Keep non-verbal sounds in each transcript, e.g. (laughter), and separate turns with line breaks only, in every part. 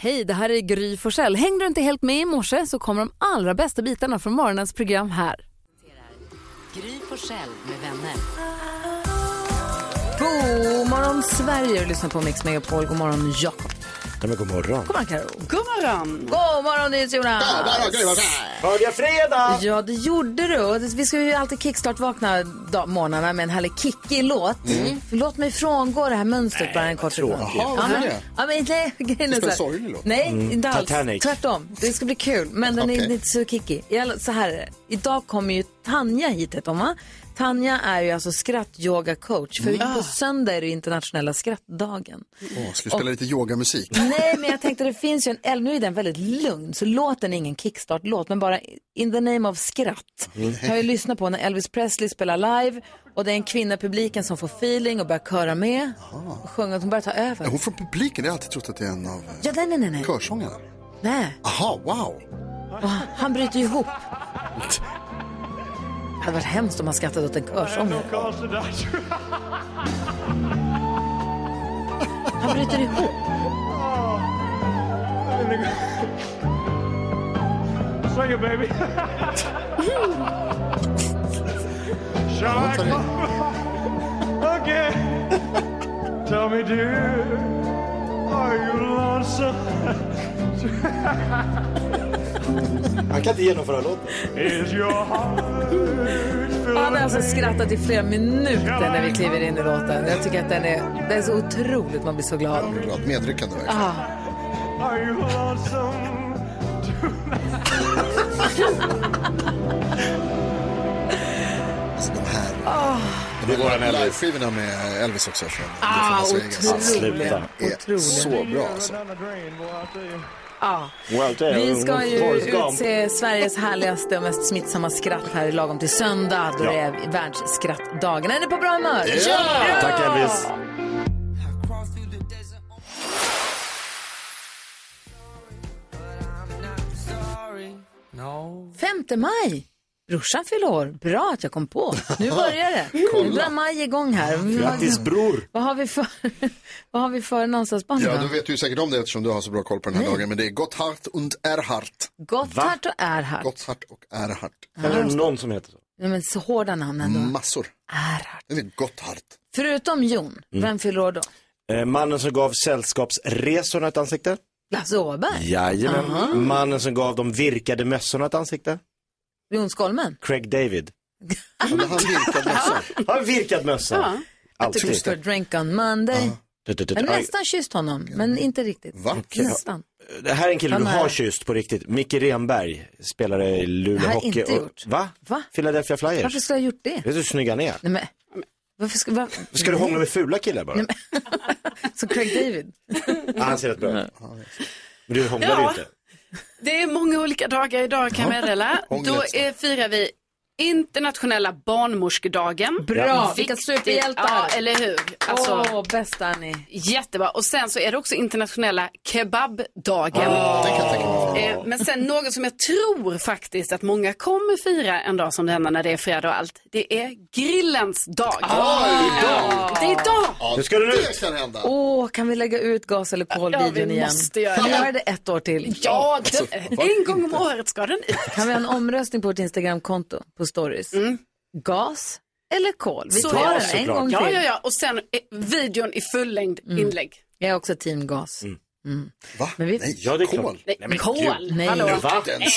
Hej, det här är Gry Forssell. Hängde du inte helt med i morse så kommer de allra bästa bitarna från morgonens program här.
Gry Forssell med vänner.
God morgon Sverige, du lyssnar på Mix Megapol. God morgon Jakob.
Nej, men god morgon.
God morgon Karo.
God morgon.
God morgon Jonas.
Hörde jag fredag?
Ja, det gjorde du. Och Vi ska ju alltid kickstart-vakna dag- morgnarna med en härlig kickig låt. Mm. Låt mig frångå det här mönstret bara en kort sekund.
Mm. tråkigt.
Ja, men- ja, men nej, (laughs) grejen är
Ska det
så
sorglig låt?
Nej, inte alls.
Mm. Titanic.
Tvärtom. Det ska bli kul, men den är
Okej.
inte så kickig. I alla- Så här är det. Idag kommer ju Tanja hit, heter hon, va? Tanja är ju alltså skrattyoga-coach. För på söndag är det ju internationella skrattdagen.
Åh, ska vi spela lite yogamusik? Mm.
Nej, men jag tänkte det finns ju en, eller nu är den väldigt lugn, så låten är ingen kickstart-låt, men bara in the name of skratt. Jag har ju lyssnat på när Elvis Presley spelar live och det är en kvinna i publiken som får feeling och börjar köra med och sjunga, hon börjar ta över.
Är hon från publiken? Jag har alltid trott att det är en av eh,
Ja, nej, nej, nej, nej.
körsångarna.
nej.
Aha, wow.
Och han bryter ju ihop. Det hade varit hemskt om han skrattade åt en körsångare. Han bryter ihop.
Sing it, baby. Shall I
Vänta
come
nu.
again? Tell me, dear, are you lonesome?
Han kan inte genomföra låten.
Is your heart
Han
filled
har alltså
with
skrattat i flera minuter när vi kliver in i låten. Jag tycker att den är, den är så otroligt, man blir så glad.
Bra, medryckande verkligen.
pain? Are you lonesome?
Alltså de här. Det var en Liveskivorna med Elvis också. Från
Ah,
från Las Vegas.
otroliga,
Sluta.
är
otroliga.
så bra alltså.
Down the drain, boy, I tell you.
Ja. Vi ska ju utse Sveriges härligaste och mest smittsamma skratt här i lagom till söndag då det är världsskrattdagen. Är ni på bra humör?
Tack Elvis.
Femte maj! Brorsan fyller år. Bra att jag kom på. Nu börjar det. Nu drar maj igång här.
Grattis bror.
Vad har vi för, (laughs) vad har vi för namnsdagsbarn
Ja,
då?
du vet du säkert om det eftersom du har så bra koll på den här dagen. Men det är Gotthard und Erhardt.
Gotthard och Ah. Erhard.
Gotthard och Erhardt.
Eller någon som heter så.
Nej, men så hårda namn ändå.
Mm.
Massor.
Erhard.
Det är Gotthard.
Förutom Jon, Mm. vem fyller år då?
Eh, mannen som gav sällskapsresorna ett ansikte.
Lasse Åberg?
Jajamän. Mannen som gav de virkade mössorna ett ansikte.
Jon Skolmen? (laughs)
Craig David.
Men han virkade massor.
Har en virkad mössa. Alltid.
För Drink on Monday?
Du, du, du,
Jag
aj.
har nästan kysst honom, men inte riktigt.
Va?
Nästan.
Det här är en kille du
Han är-
har kysst på riktigt. Micke Renberg spelade i Luleå
Det har jag
Hockey.
inte
och-
gjort.
Va?
Va?
Philadelphia Flyers.
Varför skulle jag ha gjort det?
Vet du hur snygg han är?
Nej, men, varför ska, var,
Ska du hångla med fula killar bara?
(laughs)
så Craig David?
Ah, han ser rätt bra ut. Men du hånglar ju
Ja.
inte.
Det är många olika dagar idag kan jag
(laughs)
meddela.
Ångest.
Då är, firar vi internationella barnmorskedagen.
Bra, vilka
Viktigt.
superhjältar.
Ja, eller hur. Alltså,
Åh, bästa ni.
Jättebra. Och sen så är det också internationella kebabdagen.
Det kan jag tänka mig.
Eh, Men sen något som jag tror faktiskt att många kommer fira en dag som denna när det är fredag och allt. Det är grillens dag.
Ah,
Ja, Det är idag.
Ja,
Nu ska den
det
ut.
kan hända.
Åh, kan vi lägga ut gas eller
Ja,
kol-videon
vi
igen?
måste göra
Kan vi
det.
göra det ett år till?
Ja, det,
alltså,
en gång om året ska den ut. Mm.
Kan vi ha en omröstning på vårt Instagramkonto på stories? Gas eller kol? Vi
Så
tar
är det
den en
såklart.
gång till. Mm.
Ja, ja, ja. Och sen eh, videon i fullängd inlägg.
Jag är också team gas.
Mm.
Mm.
Va?
Men vi-
Nej,
Ja, det är klart.
kol.
Nej,
Nej, men
kol.
gud.
Nej.
Hallå.
Va?
Den
Vet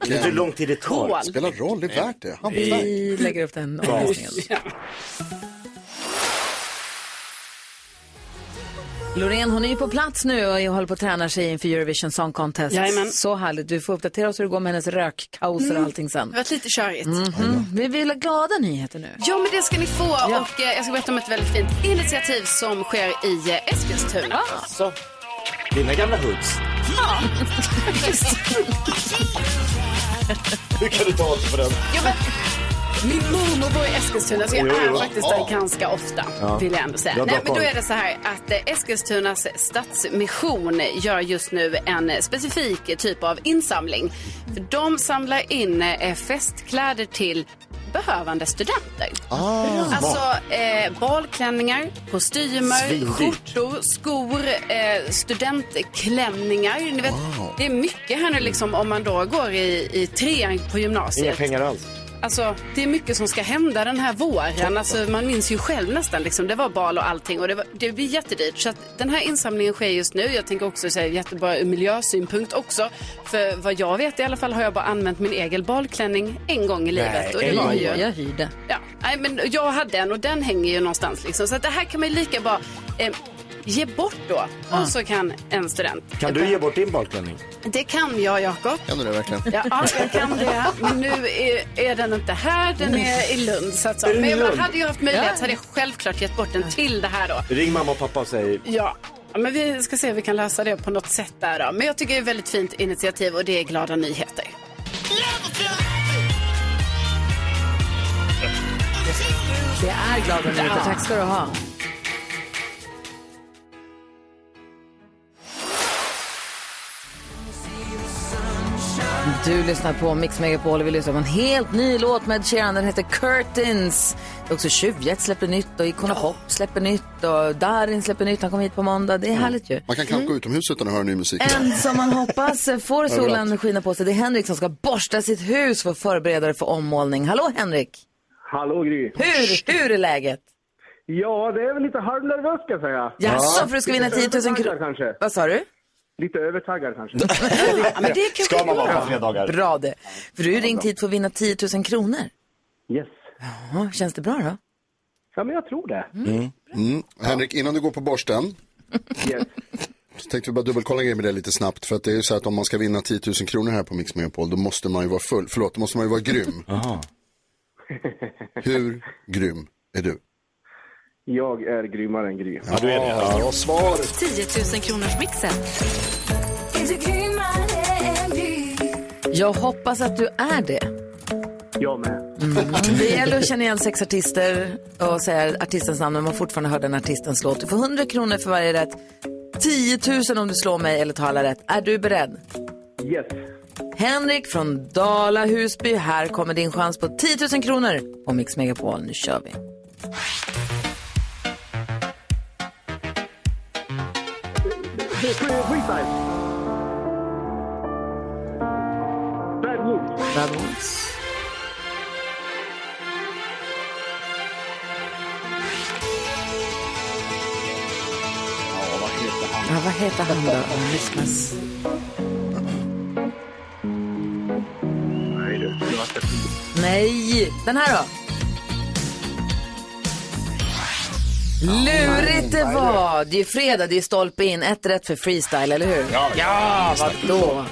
du hur
smaken.
lång tid det tar?
Kol.
Spelar roll, det är värt det. Hantverk.
Vi lägger upp den omröstningen. Loreen, hon är ju på plats nu och jag håller på att träna sig inför Eurovision Song Contest.
Jajamän.
Så härligt. Du får uppdatera oss hur det går med hennes rökkauser och allting sen.
Det har varit lite körigt.
Mm. Vi vill ha glada nyheter nu.
Ja, men det ska ni få. Och eh, jag ska berätta om ett väldigt fint initiativ som sker i eh, Eskilstuna.
Så. Dina gamla hoods.
(laughs)
(laughs)
Hur kan du ta allt på den?
Ja, men, min mormor bor i Eskilstuna så jag
Jo,
är
jo, jo.
faktiskt där ganska ofta. Vill jag ändå säga.
Jag drar
Nej, men då
koll.
är det så här att eh, Eskilstunas stadsmission gör just nu en eh, specifik typ av insamling. För de samlar in eh, festkläder till behövande studenter.
Ah,
Alltså eh, balklänningar, kostymer,
Svindyrt.
skjortor, skor, eh, studentklänningar. Ni vet, Det är mycket här nu liksom om man då går i, i trean på
Inga
gymnasiet.
pengar alls.
Alltså, det är mycket som ska hända den här våren. Alltså, man minns ju själv nästan. Liksom. Det var bal och allting och det, var, det blir jättedyrt. Så att den här insamlingen sker just nu. Jag tänker också säga jättebra ur miljösynpunkt också. För vad jag vet i alla fall har jag bara använt min egen balklänning en gång i livet. och det
en
var
gång.
ju...
Jag hyrde.
Ja, nej, men jag hade en och den hänger ju någonstans. Liksom. Så att det här kan man ju lika bra eh, ge bort då. Och så kan en student.
Kan du ge bort din balklänning?
Det kan jag, Jakob.
kan du det verkligen?
Ja, ja, jag kan det. Men nu är, är den inte här, den är i Lund. Så att så.
Är den
Men
i
jag
Lund?
hade jag haft möjlighet så hade jag självklart gett bort den till det här då.
Ring mamma och pappa och säg
Ja. ja, men vi ska se om vi kan lösa det på något sätt där då. Men jag tycker det är ett väldigt fint initiativ och det är glada nyheter.
Det är glada nyheter. Tack ska du ha. Du lyssnar på Mix Megapol och vi lyssnar på en helt ny låt med Ed Sheeran. Den heter Curtains. Det är också Tjuvjet släpper nytt och Icona Pop släpper nytt och Darin släpper nytt. Han kommer hit på måndag. Det är härligt ju.
Man kan kanske gå utomhus utan att höra ny musik.
En som man hoppas får solen skina på sig, det är Henrik som ska borsta sitt hus för att förbereda det för ommålning. Hallå Henrik!
Hallå Gry.
Hur, hur är läget?
Ja, det är väl lite halvnervöst ska jag säga.
Jaså, för du ska vinna 10 000
Övertaggad
kronor?
kanske.
Vad sa du?
Lite övertaggad kanske.
(laughs) Ja, men det är kanske
Ska man vara
bra.
på fredagar?
Bra det. För du har ju ringt hit för att vinna 10 000 kronor.
Yes.
Jaha, känns det bra då?
Ja, men jag tror det.
Mm. Henrik, innan du går på borsten
Yes.
så tänkte vi bara dubbelkolla en grej med det lite snabbt. För att det är ju så att om man ska vinna 10 000 kronor här på Mix Megapol, då måste man ju vara full. Förlåt, då måste man ju vara grym. Hur grym är du?
Jag är grymmare än Gry.
Ja, du är det. Ja.
10 000 kronors mixen.
Jag hoppas att du är det.
Jag med.
Mm. Det gäller att känna igen sex artister och säga artistens namn när man fortfarande hör den artistens låt. Du får 100 kronor för varje rätt. 10 000 om du slår mig eller tar alla rätt. Är du beredd?
Yes.
Henrik från Dala Husby, här kommer din chans på 10 000 kronor på Mix Megapol. Nu kör vi.
Free- Freestyle. Bad Wolf.
Bad Wolves. Ja, vad heter han då? Christmas. Nej, den här då? Lurigt det var! Det är ju fredag, det är stolpe in. Ett rätt för freestyle, eller hur? Ja, vadå?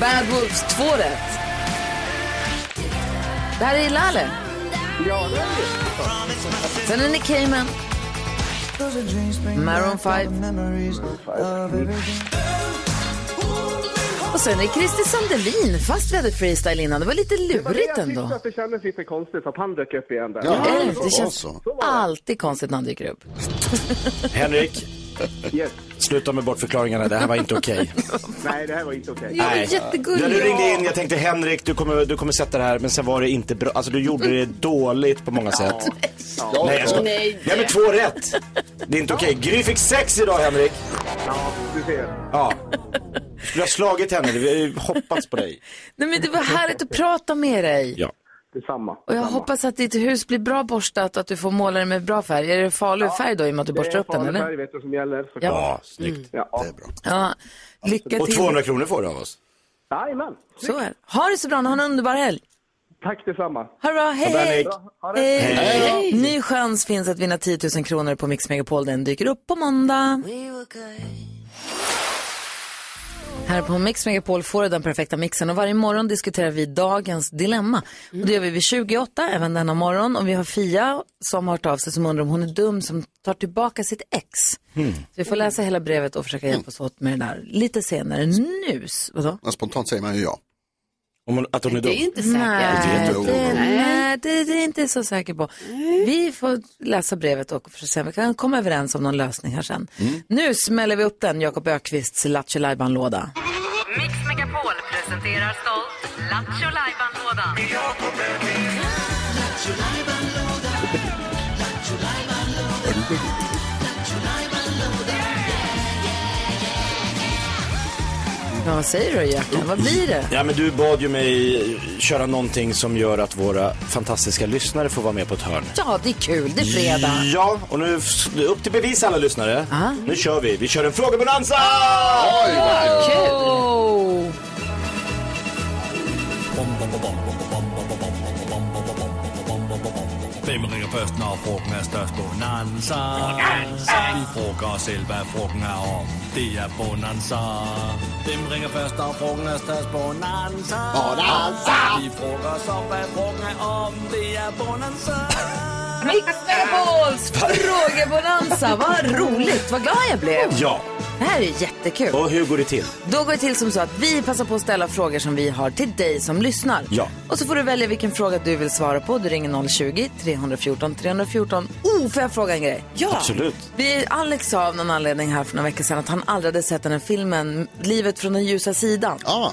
Bad Wolves, två rätt. Det här är Laleh.
Ja, det är det.
Sen är ni Cayman. Maroon 5. Och sen är Christer Sandelin, fast vi hade freestyle innan. Det var lite lurigt
Jag tyckte
ändå.
att det kändes lite konstigt att han dök upp igen där.
Är det
Ja,
inte? Det känns
så.
alltid konstigt när han dyker upp.
Henrik,
Yes.
sluta med bortförklaringarna. Det här var inte okej.
(laughs)
Nej, det här var inte okej.
Ja,
Nej. När du
jättegullig.
ringde in, jag tänkte Henrik, du kommer, du kommer sätta det här, men sen var det inte bra. Alltså du gjorde det dåligt på många sätt. Nej, jag skojar.
Nej.
Nej, men två rätt. Det är inte okej. Gry fick sex idag, Henrik.
Ja, du ser.
Ja. Du skulle ha slagit henne. Vi har ju hoppats på dig.
Nej, men det var härligt att prata med dig.
Ja.
Detsamma.
Och jag
Detsamma.
hoppas att ditt hus blir bra borstat och att du får måla det med bra färg. Är det Falu-färg då i och med att du borstar upp den
Det är
eller?
färg, vet du, som gäller. såklart. Mm.
Ja, snyggt.
Ja.
Ja, lycka
Och
till.
200 kronor får du av oss.
Jajamän.
Så är det. Ha det så bra, ha en underbar helg.
Tack detsamma.
Ha det bra, hej hej!
Henrik.
Eh, Hej. Ny chans finns att vinna 10 000 kronor på Mix Megapol. Den dyker upp på måndag. Här på Mix Megapol får du den perfekta mixen och varje morgon diskuterar vi dagens dilemma. Och det gör vi vid 28, även denna morgon. Och vi har Fia som har hört av sig som undrar om hon är dum som tar tillbaka sitt ex.
Mm.
Så vi får läsa hela brevet och försöka hjälpas åt med det där lite senare. Nu, vadå?
Men spontant säger man ju ja.
Om hon, att hon är
Det är
dum.
inte säkert.
Nej,
inte.
det, nej, det, det är inte så säker på. Vi får läsa brevet och försöka se om vi kan komma överens om någon lösning här sen.
Mm.
Nu smäller vi upp den, Jakob Ökvists Lattjo låda
Mix Megapol presenterar stolt Lattjo Lajban-lådan. Lajban-lådan.
Ja, vad säger du Jöken? Vad blir det?
Ja, men du bad ju mig köra någonting som gör att våra fantastiska lyssnare får vara med på ett hörn.
Ja, det är kul. Det är fredag. Ah.
Ja, och nu f- upp till bevis alla lyssnare. Nu kör vi. Vi kör en frågebonanza!
Kul!
Hvem ringer først, når frugten er størst? Bonanza! Vi frugger os selv, hvad frugten er om. Det er Bonanza. Hvem ringer først, når frugten er størst? Bonanza! Bonanza! Vi frugger os op, hvad frugten er om. Det er Bonanza!
Mix Megapols frågebonanza. Vad roligt. Vad glad jag blev.
Ja,
Det här är jättekul.
och hur går det till?
Då går det till som så att vi passar på att ställa frågor som vi har till dig som lyssnar.
Ja.
Och så får du välja vilken fråga du vill svara på. Du ringer 020-314 314. Oh, får jag fråga en grej? Ja.
Absolut.
Vi, Alex sa av någon anledning här för några veckor sedan att han aldrig hade sett den här filmen Livet från den ljusa sidan. Mm.
Ja,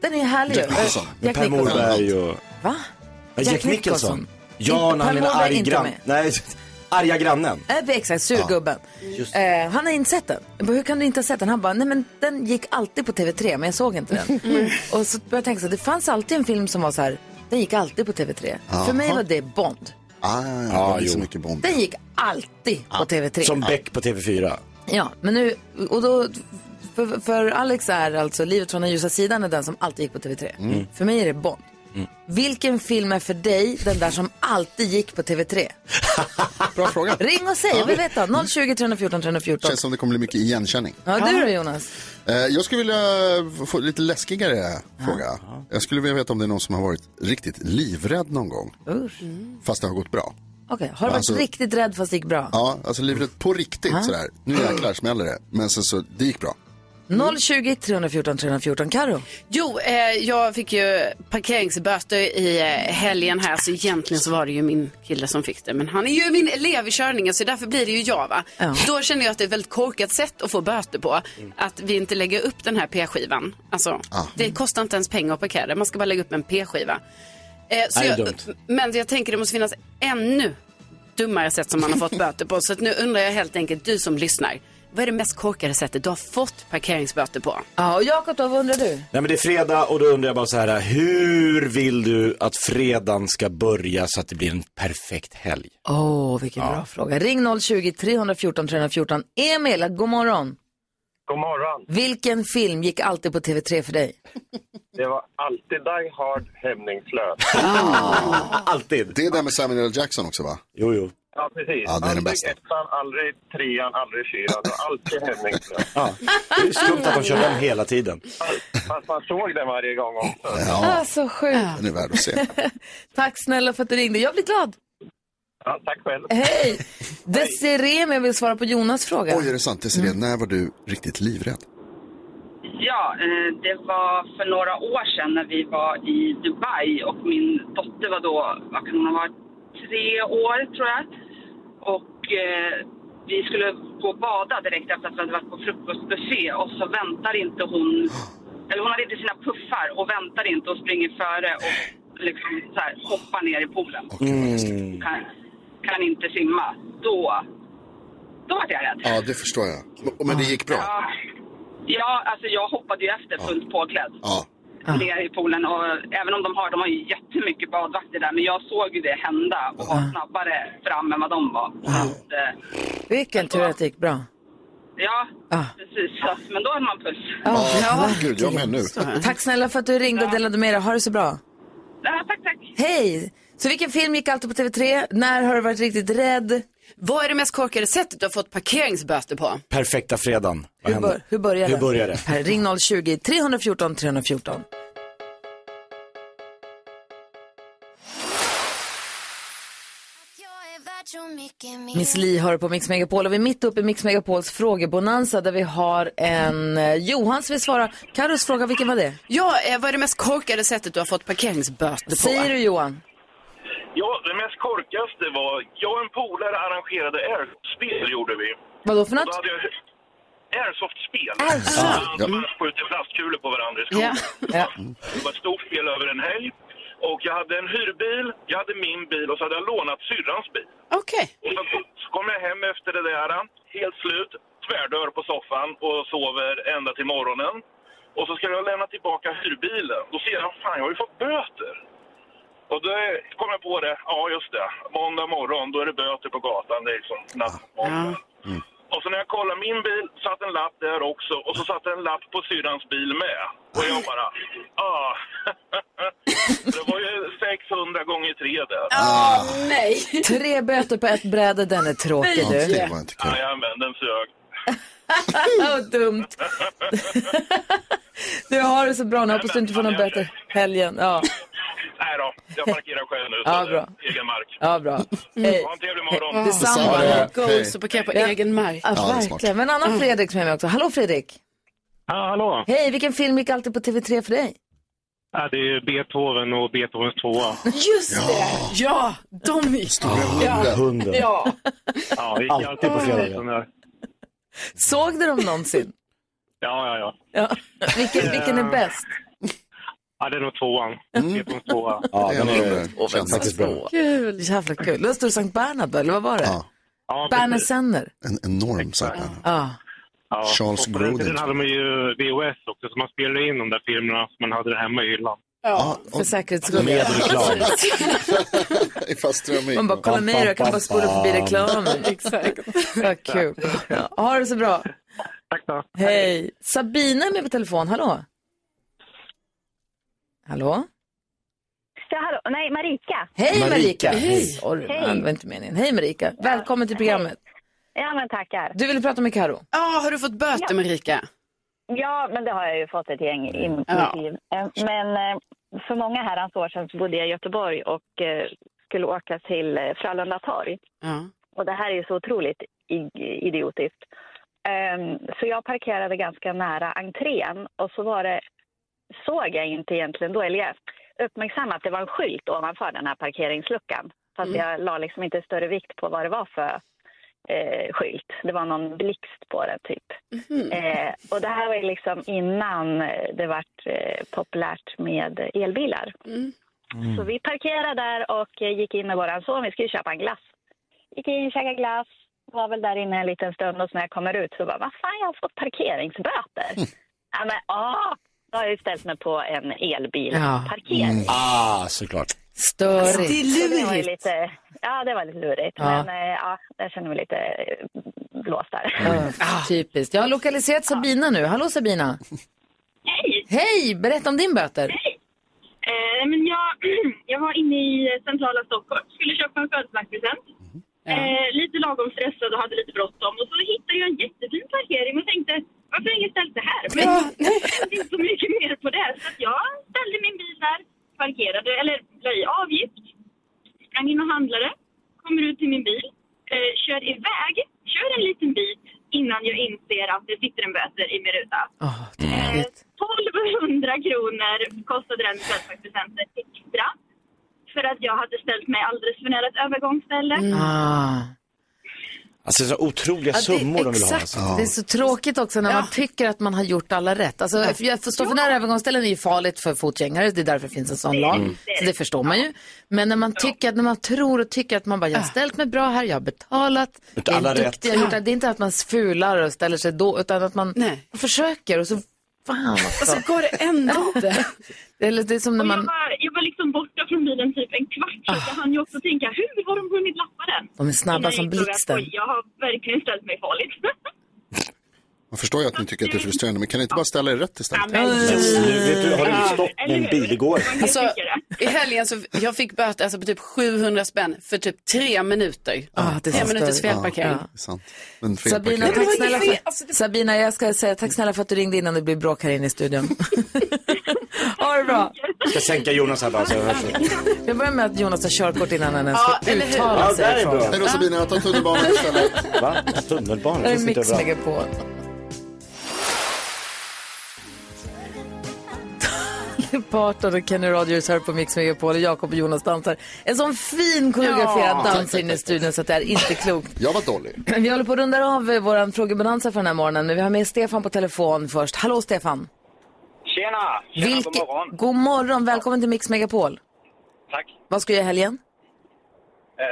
Den är ju härlig ju.
Jack Nicholson.
Jack
Per
Nicholson.
Morberg och...
Va?
Ja, Jack Nicholson. Ja,
Inte-
när han
Per
är
Morberg är
arg
inte
grann...
med.
Nej, (laughs) arga grannen.
Äh, exakt, surgubben. Eh, han har inte sett den. Jag bara, hur kan du inte ha sett den? Han bara, nej men den gick alltid på TV3 men jag såg inte
(laughs)
den.
Mm.
Och så började jag tänka så här, det fanns alltid en film som var så här, den gick alltid på TV3. För mig var det Bond.
ah, det
Ja,
var inte så
jo.
mycket bomb.
Den gick alltid på TV3.
Ah, Som Beck på TV4.
Ja, men nu, och då, för, för Alex är alltså Livet från den ljusa sidan är den som alltid gick på TV3. För mig är det Bond.
Mm.
Vilken film är för dig den där som alltid gick på TV3?
Bra fråga.
Ring och säg, jag vill veta. 020 314 314.
Känns som det kommer bli mycket igenkänning.
Ja, du då Jonas?
Eh, jag skulle vilja få lite läskigare fråga. Jag skulle vilja veta om det är någon som har varit riktigt livrädd någon gång,
Usch.
fast det har gått bra.
Okej, har du varit
Alltså-
riktigt rädd fast det gick bra?
Ja, alltså livrädd på riktigt sådär. Nu jäklar smäller det. Men sen så, det gick bra.
020 314 314 Karo.
Jo, eh, jag fick ju parkeringsböter i eh, helgen här, så egentligen så var det ju min kille som fick det. Men han är ju min elev i körningen, så därför blir det ju jag. Va?
Ja.
Då känner jag att det är ett väldigt korkat sätt att få böter på. Att vi inte lägger upp den här P-skivan. Alltså, Det kostar inte ens pengar att parkera där, man ska bara lägga upp en P-skiva. Eh, så
Nej,
jag,
dumt.
men jag tänker det måste finnas ännu dummare sätt som man har
(laughs)
fått böter på. Så att nu undrar jag helt enkelt, du som lyssnar, vad är det mest korkade sättet du har fått parkeringsböter på?
Ja, och Jakob då, vad undrar du?
Nej men det är fredag och då undrar jag bara så här, hur vill du att fredagen ska börja så att det blir en perfekt helg?
Åh, vilken bra fråga. Ring 020 314 314. Emil, god morgon.
God morgon.
Vilken film gick alltid på TV3 för dig?
Det var alltid Die Hard hämningslös.
(laughs) Alltid.
Ah. Det är där med Samuel L. Jackson också va?
Jo, jo.
Ja, precis.
Ja, det är den
aldrig
bästa.
ettan, aldrig trean, aldrig fyran. Alltså, Det var alltid hämningslös.
Ja. Det är skumt att de kör den hela tiden.
Fast man såg den varje gång också.
Ah, så sjukt.
Den är värd att se.
(laughs) Tack snälla för att du ringde. Jag blir glad.
Ja, tack själv.
(laughs)
Hej! Desiree, jag vill svara på Jonas fråga. Mm.
Oj, är det sant? Desirée, när var du riktigt livrädd?
Ja, eh, det var för några år sedan när vi var i Dubai och min dotter var då, vad kan hon ha varit, tre år tror jag. Och eh, vi skulle gå och bada direkt efter att vi hade varit på frukostbuffé och så väntar inte hon, eller hon hade inte sina puffar och väntar inte och springer före och liksom så här, hoppar ner i poolen.
Mm.
Kan, kan inte simma. Då, då var jag rädd.
Ja, det förstår jag. Men- Men det gick bra?
Ja, ja alltså jag hoppade ju efter fullt påklädd
Ja.
ner i poolen. Och även om de har, de har ju jättemycket badvakter där, men jag såg ju det hända och var snabbare fram än vad de var. Så att, eh,
Vilken tur att det gick bra.
ja,
Ah.
precis. Så att- Men då hade man puls.
Ja, gud, jag med nu.
Tack snälla för att du ringde och delade med dig. Ha det så bra.
Ja, tack, tack.
Hej! Så vilken film gick alltid på TV3? När har du varit riktigt rädd?
Vad är det mest korkade sättet du har fått parkeringsböter på?
Perfekta fredagen. Vad
Hur, bör,
händer?
hur börjar
Hur
det?
börjar det?
Här, ring 020-314 314. Miss Li hör på Mix Megapol och vi är mitt uppe i Mix Megapols frågebonanza där vi har en eh, Johan som vill svara. Carros fråga, vilken var det?
Ja, eh, vad är det mest korkade sättet du har fått parkeringsböter på?
Säger du Johan?
(laughs) Ja, det mest korkaste var... Jag och en polare arrangerade airsoft-spel, gjorde vi.
Vadå för
Då
något?
hade jag... Airsoft-spel.
Airsoft?
Man skjuter plastkulor på varandra i skogen.
Ja.
Ja.
Det var ett stort spel över en helg. Och jag hade en hyrbil, jag hade min bil och så hade jag lånat syrrans bil.
Okej.
Och så så kom jag hem efter det där, helt slut, tvärdör på soffan och sover ända till morgonen. Och så ska jag lämna tillbaka hyrbilen. Då ser jag, fan jag har ju fått böter. Och då kom jag på det, ja just det, måndag morgon då är det böter på gatan, det är liksom natt.
Ja.
Och så när jag kollar min bil satt en lapp där också och så satt en lapp på syrrans bil med. Och jag bara, ah. (laughs) det var ju 600 gånger tre där.
Ah, nej.
Tre böter på ett bräde, den är tråkig
Ja,
du.
det var inte kul.
Jajamän, den sög.
(laughs) Vad dumt. (laughs) Du har det så bra nu, hoppas du inte får någon böter helgen. Ja,
Nej då, jag parkerar själv nu. så
Ja,
det är
bra.
Egen mark.
ja bra.
Mm.
Hej.
Ha en trevlig morgon.
Detsamma.
Ja, det-
Goals Eh, och parkera på egen mark. Mm.
Ja,
det är smart.
verkligen. Men annan Fredrik som är med också. Hallå Fredrik.
Ja, hallå.
Hej, vilken film gick alltid på TV3 för dig?
Ja, det är Beethoven och Beethovens tvåa.
Just det! Ja, de gick.
Hunden.
Hunden.
Ja.
Ja, det gick
Alltid på fredagar.
sån där.
Såg du dem någonsin?
Ja, ja, ja.
Ja. Vilken, vilken är bäst? Mm.
Ja, det är nog tvåan. Beethovens tvåa.
Ja,
Det är
den
en
är
hund där.
känns faktiskt bra.
Kul. Jävla kul. Då stod det Sankt Bernhard, va? eller vad var det?
Ja.
Ja,
Berner
precis.
Senner.
En enorm sak.
Ja.
Ja.
Charles
och på den
Grodin,
tiden
tror
hade man ju VHS också, så man spelade in de där filmerna som man hade hemma i hyllan.
Ja,
För
och
säkerhets skull.
Med reklam.
i fast strömming.
Man bara, kolla mig då, jag kan bara spola förbi reklamen.
Exakt.
Vad kul. Ja, ha det så bra.
Tack då.
Hej. Sabina är med på telefon. Hallå? Hallå?
hallå. Nej, Marika.
Hej Marika!
Marika.
Hej! Sorry, man, det var inte meningen. Hej Marika! Välkommen till programmet.
Ja, men tackar.
Du ville prata med Karo.
Ja, har du fått böter Marika?
Ja, men det har jag ju fått ett gäng i mitt
Ja.
liv. Eh, Men eh, för många herrans år sedan så bodde jag i Göteborg och eh, skulle åka till eh, Frölunda torg.
Ja.
Och det här är ju så otroligt i- idiotiskt. Ehm, Så jag parkerade ganska nära entrén och så var det, såg jag inte egentligen då, eller jag uppmärksammade att det var en skylt ovanför den här parkeringsluckan. Fast jag la liksom inte större vikt på vad det var för eh, skylt. Det var någon blixt på den typ. Eh, och det här var ju liksom innan eh, det vart eh, populärt med elbilar. Så vi parkerade där och eh, gick in med våran son, vi skulle köpa en glass gick in, käkade glass, var väl där inne en liten stund och så när jag kommer ut så bara, vad fan jag har fått parkeringsböter. Ja men ah, då har jag ju ställt mig på en
Ja.
elbilparkering.
Ah, såklart.
Störigt.
Mm. Det är
Så Alltså, Det var ju
lurigt.
lite, ja det var lite lurigt
Ja.
men eh, ja, jag känner mig lite eh, blåst där.
Ah, typiskt. Jag har lokaliserat Sabina nu. Hallå Sabina!
Hej!
Hej! Berätta om din böter.
Eh, men jag, (clears throat) jag var inne i eh, centrala Stockholm, skulle köpa en födelsedagspresent. Eh, lite lagom stressad och hade lite bråttom. Och så hittade jag en jättefin parkering och tänkte, varför har ingen ställt det här? Men (laughs) det fanns inte så mycket mer på det. Så att jag ställde min bil där, parkerade, eller la i avgift. Sprang in och handlade, kommer ut till min bil, eh, kör iväg, kör en liten bit innan jag inser att det sitter en böter i min ruta.
Oh,
Eh, 1200 kronor kostade den födelsedagspresenten extra. För att jag hade ställt mig alldeles för nära ett övergångsställe.
ah.
Alltså så otroliga
Ja, det-
summor de vill ha.
Exakt.
Alltså.
Det är så tråkigt också när man tycker att man har gjort alla rätt. Alltså, för jag förstår, för nära övergångsställen är ju farligt för fotgängare. Det är därför det finns en sån lag. Så det förstår man ju. Men när man, tycker, att- när man tror och tycker att man bara, jag har ställt mig bra här, jag har betalat.
Inte
jag är
alla
duktig,
rätt.
jag har gjort det. Det är inte att man fular och ställer sig då, utan att man
Nej.
försöker och så, fan också.
Så går det ändå inte.
(laughs) Eller det är som när
Och
man, Ah.
jag, var, jag var liksom borta från bilen typ en kvart så jag hann ju också tänka hur har de hunnit lappa den?
de är snabba
Innan jag
som
insåg att,
blixten.
oj, Jag har verkligen ställt mig farligt.
Man förstår ju att ni tycker att det är frustrerande, men kan ni inte bara ställa er rätt istället?
Men nu, vet du, har du stått med en bil igår?
Alltså, I helgen så jag fick böter alltså, på typ 700 spänn för typ tre minuter.
Ah, det är
tre
så
minuters
störigt.
felparkering.
Det är sant. Men fel
Sabina,
parkering.
tack snälla, för,
fel. Alltså, det-
Sabina, jag ska säga tack snälla för att du ringde innan det blir bråk här inne i studion. ha det bra.
Jag ska sänka Jonas här bara. Så jag hörs.
Jag börjar med att Jonas tar körkort innan han ens ska
Ja, eller hur?
uttala
Ja, där
sig.
är bra.
Hej då Sabina, ta tunnelbanan istället.
Va? Tunnelbanan?
Det
Det
är
finns inte
Mix
överallt.
på. Parton och Kenny Rogers hör på Mix Megapol och Jakob och Jonas dansar. En sån fin koreograferad dans inne i studion så att det är inte klokt.
Jag var Dolly.
Vi håller på att runda av eh, våran frågebonanza för den här morgonen men vi har med Stefan på telefon först. Hallå Stefan!
Tjena!
Vilke- god morgon! Välkommen till Mix Megapol!
Tack.
Vad ska du göra i helgen?
Eh,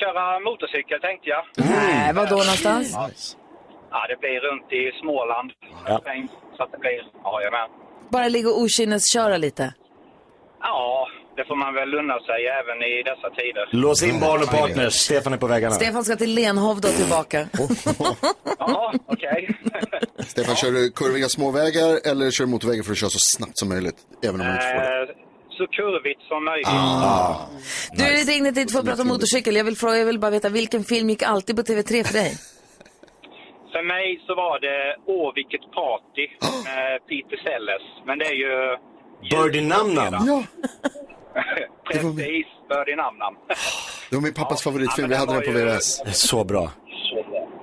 köra motorcykel tänkte jag.
Mm. Nej, var då någonstans?
Mm.
Ja, det blir runt i Småland. Tänkt, Så att det blir, ja, jag med.
Bara ligga och okynnesköra lite.
Ja, det får man väl unna sig även i dessa tider.
Lås in barn och partners. Stefan är på vägarna.
Stefan ska till Lenhovda och tillbaka.
Stefan, kör du kurviga småvägar eller kör du motorvägar för att köra så snabbt som möjligt? Även om man inte får det.
Eh, så kurvigt som möjligt.
Ah.
Du är ringde dit för att prata om motorcykel. Jag vill, fråga, jag vill bara veta, vilken film gick alltid på TV3 för dig?
För mig så var det Åh vilket party med Peter Sellers. Men det är ju...
Birdie Namnam.
(laughs)
Ja.
Precis, Birdie
(laughs)
Namnam.
Det var min pappas favoritfilm, vi hade den på VHS.
Så bra.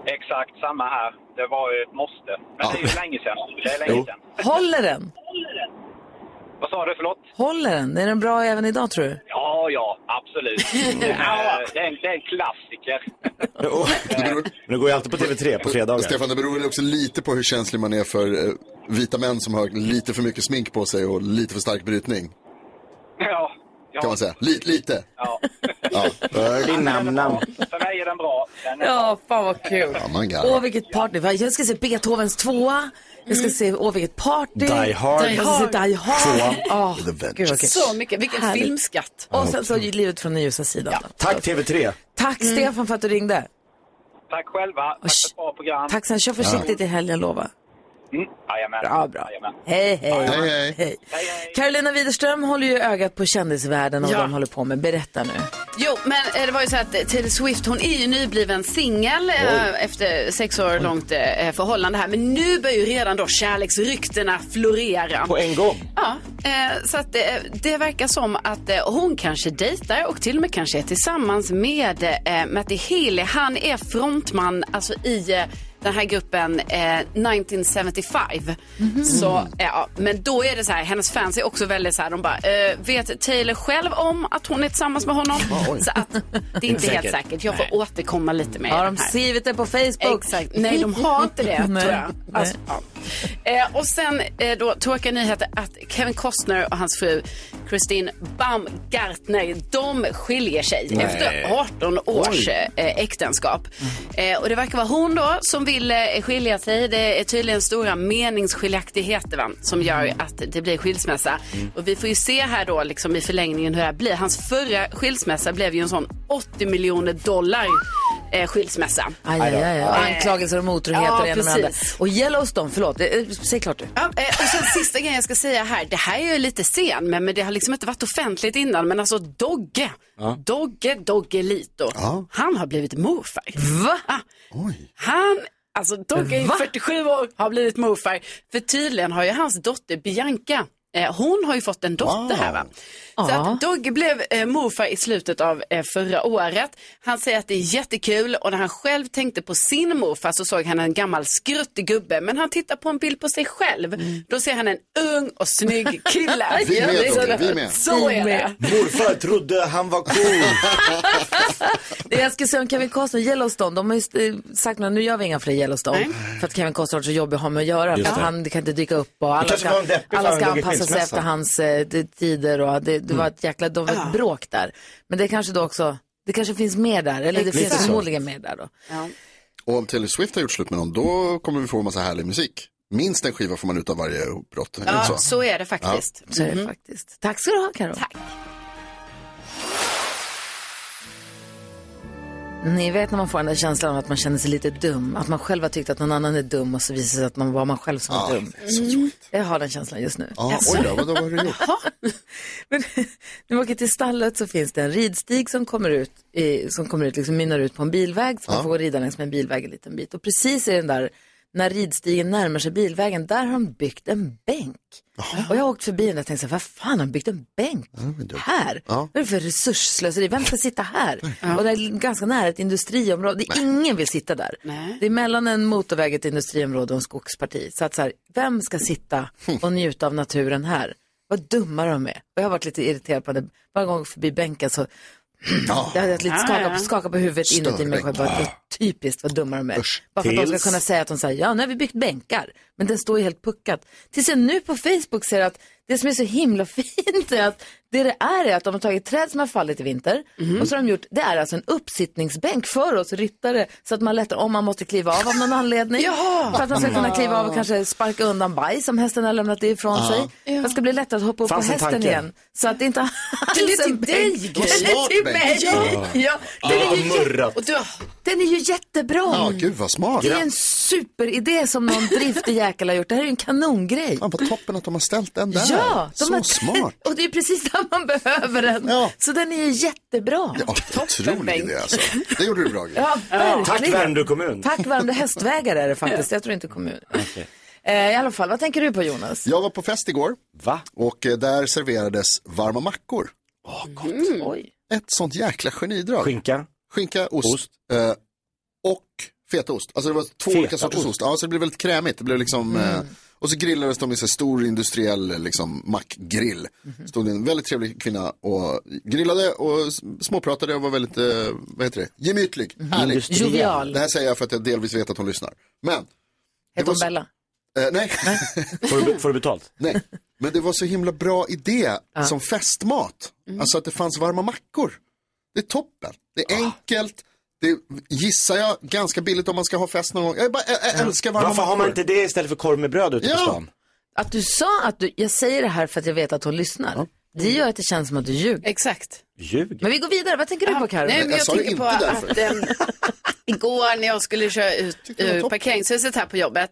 Exakt samma här. Det var ju ett måste. Men det är ju länge sedan. Det är länge sedan.
Håller den?
Vad sa du? Förlåt?
Håller den? Är den bra även idag tror du?
Ja, ja,
(laughs)
absolut. Eh, det, är en, det är en klassiker. Eh,
Men det går ju alltid på TV3 på fredagar.
Stefan, det beror väl också lite på hur känslig man är för eh, vita män som har lite för mycket smink på sig och lite för stark
(laughs)
brytning.
Ja, ja.
Kan man säga. Lite, lite.
Ja.
Ja.
För mig är den bra. Den är
Ja, fan vad kul.
Ja, man garvar.
Åh, vilket party. Va, Jag ska se Beethovens tvåa. Jag
Mm.
ska se, åh, vilket party.
Die Hard.
Jag ska se Die Hard. Ja.
With a
Gud, vad kul.
Så mycket. Vilken
Härligt.
filmskatt.
Och sen så livet från den ljusa sidan. då.
Tack TV3.
Tack
Mm.
Stefan för att du ringde.
Tack själva. Tack för ett bra program.
Tack sen, kör försiktigt i helgen lova.
Mm. Jajamän.
Bra, bra.
Jajamän.
Hej hej.
Ja, ja.
hej, hej. Carolina Widerström håller ju ögat på kändisvärlden och
Ja.
vad de håller på med. Berätta nu.
Jo, men eh, det var ju så att eh, Taylor Swift, hon är ju nybliven singel eh, efter sex år långt eh, förhållande här. Men nu börjar ju redan då kärleksryktena florera.
På en gång.
Ja, eh, så att eh, det verkar som att eh, hon kanske dejtar och till och med kanske är tillsammans med eh, Matty Healy. Han är frontman alltså i eh, den här gruppen eh, 1975.
Mhm.
Mhm.
Så, eh, ja, men då är det så här, hennes fans är också väldigt så här, de bara, eh, vet Taylor själv om att hon är tillsammans med honom? Så att det är inte helt säkert. Jag får återkomma lite mer. i
Har
den
de
här.
skrivit det på Facebook?
Exakt. Nej, de har inte
(laughs)
det,
Nej.
tror jag. Alltså, Eh, och sen eh, då tråkiga nyheter att Kevin Costner och hans fru Christine Baumgartner, de skiljer sig
Nej.
efter 18 års
Oj.
eh, äktenskap. Eh, och det verkar vara hon då som vill eh, skilja sig. Det är tydligen stora meningsskiljaktigheter va, som gör att det blir skilsmässa. Och vi får ju se här då liksom, i förlängningen hur det här blir. Hans förra skilsmässa blev ju en sån 80 miljoner dollar eh, skilsmässa.
Aj, aj, aj, aj. Och
Eh,
Anklagelser om otroheter
Ja,
och det ena med det andra.
precis.
Och Yellowstone, förlåt. Eh, Säg klart du.
Ja, eh, och sen sista grejen jag ska säga här, det här är ju lite sen, men, men det har liksom inte varit offentligt innan, men alltså Dogge,
Ja.
Dogge Doggelito, han har blivit morfar. Ah.
Va?
Han, alltså Dogge är
Va?
47 år, har blivit morfar. För tydligen har ju hans dotter Bianca, eh, hon har ju fått en dotter här va. Så att Dogge blev eh, morfar i slutet av eh, förra året. Han säger att det är jättekul och när han själv tänkte på sin morfar så såg han en gammal skruttig gubbe. Men han tittar på en bild på sig själv.
Mm.
Då ser han en ung och snygg
(laughs)
kille.
Vi är med, Dogge, vi är med.
Så
Vi är
är
med.
det.
Morfar trodde han var cool.
Det jag skulle säga om Kevin Costner och Yellowstone, de har ju eh, sagt nu, nu gör vi inga fler Yellowstone. För att Kevin Costner har varit så jobbig att ha med att göra. För
Just
att
det.
han kan inte dyka upp och alla
kanske
ska,
var en deppig
alla
fan
ska
låg i
anpassa sig
skilsmässa.
efter hans eh, de- tider och det, det var
Mm.
ett jäkla, de var
Ah.
ett bråk där. Men det kanske då också, det kanske finns mer där, eller det
Exakt.
finns
Lite så.
förmodligen mer där då.
Och om Taylor Swift har gjort slut med någon, då kommer vi få en massa härlig musik. Minst en skiva får man ut av varje brott. är det
Ja,
inte
så är det faktiskt.
Ja.
Så är det faktiskt. Tack ska du ha Karo. Tack. Ni vet när man får den där känslan av att man känner sig lite dum, att man själv har tyckt att någon annan är dum och så visar det sig att man var man själv som var
Ja,
dum.
det är så
Mm. Jag har den känslan just nu. Alltså.
Ja, oj då, vadå, vad har du
(laughs)
gjort?
När man åker till stallet så finns det en ridstig som kommer ut, eh, som kommer ut liksom mynnar ut på en bilväg. Så man
Ja.
får gå och rida längs med en bilväg en liten bit. Och precis i den där, när ridstigen närmar sig bilvägen, där har de byggt en bänk. Och jag har åkt förbi den och tänkt så här, vad fan har de byggt en bänk här?
typ. Ja.
Vad är det för resursslöseri? Vem ska sitta här? Och det är ganska nära ett industriområde. Det är Ingen vill sitta där. Det är mellan en motorväg, ett industriområde och en skogsparti. Så att så här, vem ska sitta
Hm.
och njuta av naturen här? Vad dumma de är. Och jag har varit lite irriterad på det. Varje gång jag går förbi bänken så jag hade ett litet
Ja,
skaka,
ja.
skaka på huvudet inuti mig själv.
Störbänk.
Bara,
Ah.
typiskt vad dumma de är.
Usch.
Bara för att de
Tills-
ska kunna säga att de säger, ja nu har vi byggt bänkar. Men den står ju helt puckat. Tills jag nu på Facebook ser att Det som är så himla (laughs) fint är att det det är är att de har tagit träd som har fallit i vinter
Mhm.
och så har de gjort, det är alltså en uppsittningsbänk för oss ryttare så att man lättare, om man måste kliva av av någon anledning,
Jaha!
för att man ska kunna kliva av och kanske sparka undan bajs som hästen har lämnat ifrån
Ja.
sig.
Ja.
Det ska bli lättare att hoppa upp på
Fanns en
hästen
tanke.
igen. Så att det inte alls
Den är till
en
dig,
bänk.
Gry.
Den är till
Smart
mig.
bänk.
Ja. Ja.
Ja.
Den, är
Ja,
ju
murrat.
jätte... den är ju jättebra.
Ja, gud vad smart.
Det är en superidé som någon driftig jäkel har gjort. Det här är ju en kanongrej.
Ja, vad toppen att de har ställt den där.
Ja, de
Så
har-
smart.
(laughs) Och det är precis där man behöver den. Så den är ju jättebra.
Ja, otrolig idé alltså. Det gjorde du bra Gry.
Ja, verkligen.
Tack Värmdö kommun.
(laughs)
Tack Värmdö hästvägar är det faktiskt. Jag tror inte kommun. Eh, I alla fall, vad tänker du på Jonas?
Jag var på fest igår.
Va?
Och eh, där serverades varma mackor.
Mm. Oj.
Ett sånt jäkla genidrag.
Skinka.
Skinka, ost. Eh, och fetaost. Alltså det var två olika
Fetaost.
sorters ost. Ja, så det blev väldigt krämigt. Det blev liksom, eh, och så grillades de i så här stor industriell liksom, mackgrill. Stod en väldigt trevlig kvinna och grillade och s- småpratade och var väldigt, eh, vad heter det, gemytlig, härlig.
Industriell. Jovial.
Det här säger jag för att jag delvis vet att hon lyssnar. Men
Heter hon Bella?
Eh, nej. (laughs)
får, du, får du betalt?
Nej. Men det var så himla bra idé som festmat.
Mm.
Alltså att det fanns varma mackor. Det är toppen. Det är enkelt. Det är, gissar jag ganska billigt om man ska ha fest någon gång. Jag bara, jag, jag älskar varma
Varför
mackor.
har man inte det istället för korv med bröd ute på stan?
Att du sa att du, jag säger det här för att jag vet att hon lyssnar. Det gör att det känns som att du ljuger.
Exakt. Ah,
Ljuger.
Men vi går vidare, vad tänker du på Carro?
Nej, men jag, tänker på att ehm, (laughs) igår när jag skulle köra ut ur parkeringshuset här på jobbet,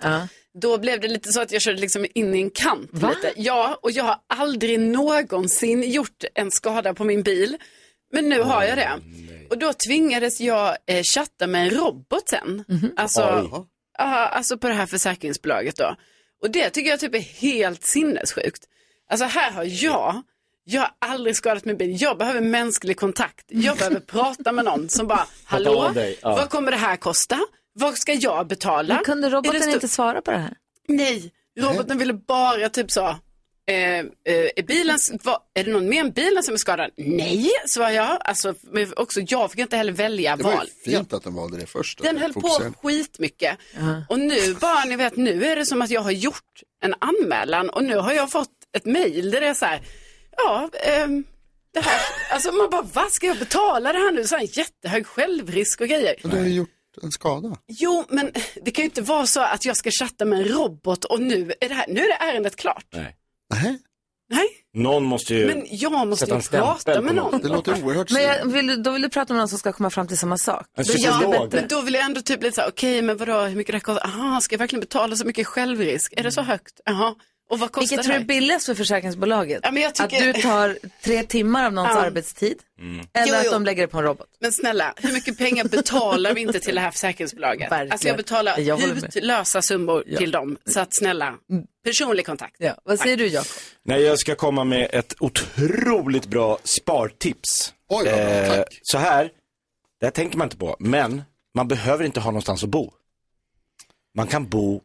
då blev det lite så att jag körde liksom in i en kant.
Va?
Lite. Ja, och jag har aldrig någonsin gjort en skada på min bil, men nu har jag det. Och då tvingades jag eh, chatta med en robot sen.
Mhm.
Alltså,
Oj.
ja, alltså på det här försäkringsbolaget då. Och det tycker jag typ är helt sinnessjukt. Alltså här har jag, jag har aldrig skadat min bil. Jag behöver mänsklig kontakt.
(laughs)
Jag behöver prata med någon som bara, hallå,
av dig, ja.
vad kommer det här kosta? Vad ska jag betala?
Men kunde roboten
Är det sto-
inte svara på det här?
Nej, roboten ville bara typ så. Eh, eh, är, bilen, va, är det någon mer än bilen som är skadad? Nej, svarade jag. Alltså, men också jag fick inte heller välja
Det
val.
var ju fint att den valde det först.
Den höll på
Fokuserade.
skitmycket. Och nu bara, ni vet, nu är det som att jag har gjort en anmälan och nu har jag fått ett mejl där det är så här, ja, ehm, det här, alltså man bara, vad ska jag betala det här nu? Så här jättehög självrisk och grejer.
Men Du har ju gjort en skada.
Jo, men det kan ju inte vara så att jag ska chatta med en robot och nu är det, här, nu är det ärendet klart.
Nej.
Nej.
Någon måste ju
Men jag måste
sätta en
ju prata
stämpel
med
på
någon.
Det låter oerhört
Men jag vill, du- då vill du prata med någon som ska komma fram till samma sak.
Alltså,
Men ja, men då vill jag ändå typ lite så här, okej, men vadå, hur mycket det här kostar? Aha, ska jag verkligen betala så mycket självrisk? Är det
Mm.
så högt? Jaha, och vad kostar
Vilket
det
tror du
här?
är billigast för försäkringsbolaget?
Ja, men jag tycker-
Att du tar tre timmar av någons
Ja.
arbetstid?
Mm.
Eller
Jo,
att
jo.
de lägger det på en robot?
Men snälla, hur mycket pengar betalar vi inte till det här försäkringsbolaget?
Verkligen.
Alltså jag betalar
Jag håller med. Mm.
hutlösa summor till dem, så att snälla, personlig kontakt.
Ja. Vad säger du Jakob?
Nej, jag ska komma med ett otroligt bra spartips. Eh,
Oj, vad bra, tack.
Så här, det här tänker man inte på, men man behöver inte ha någonstans att bo. Man kan bo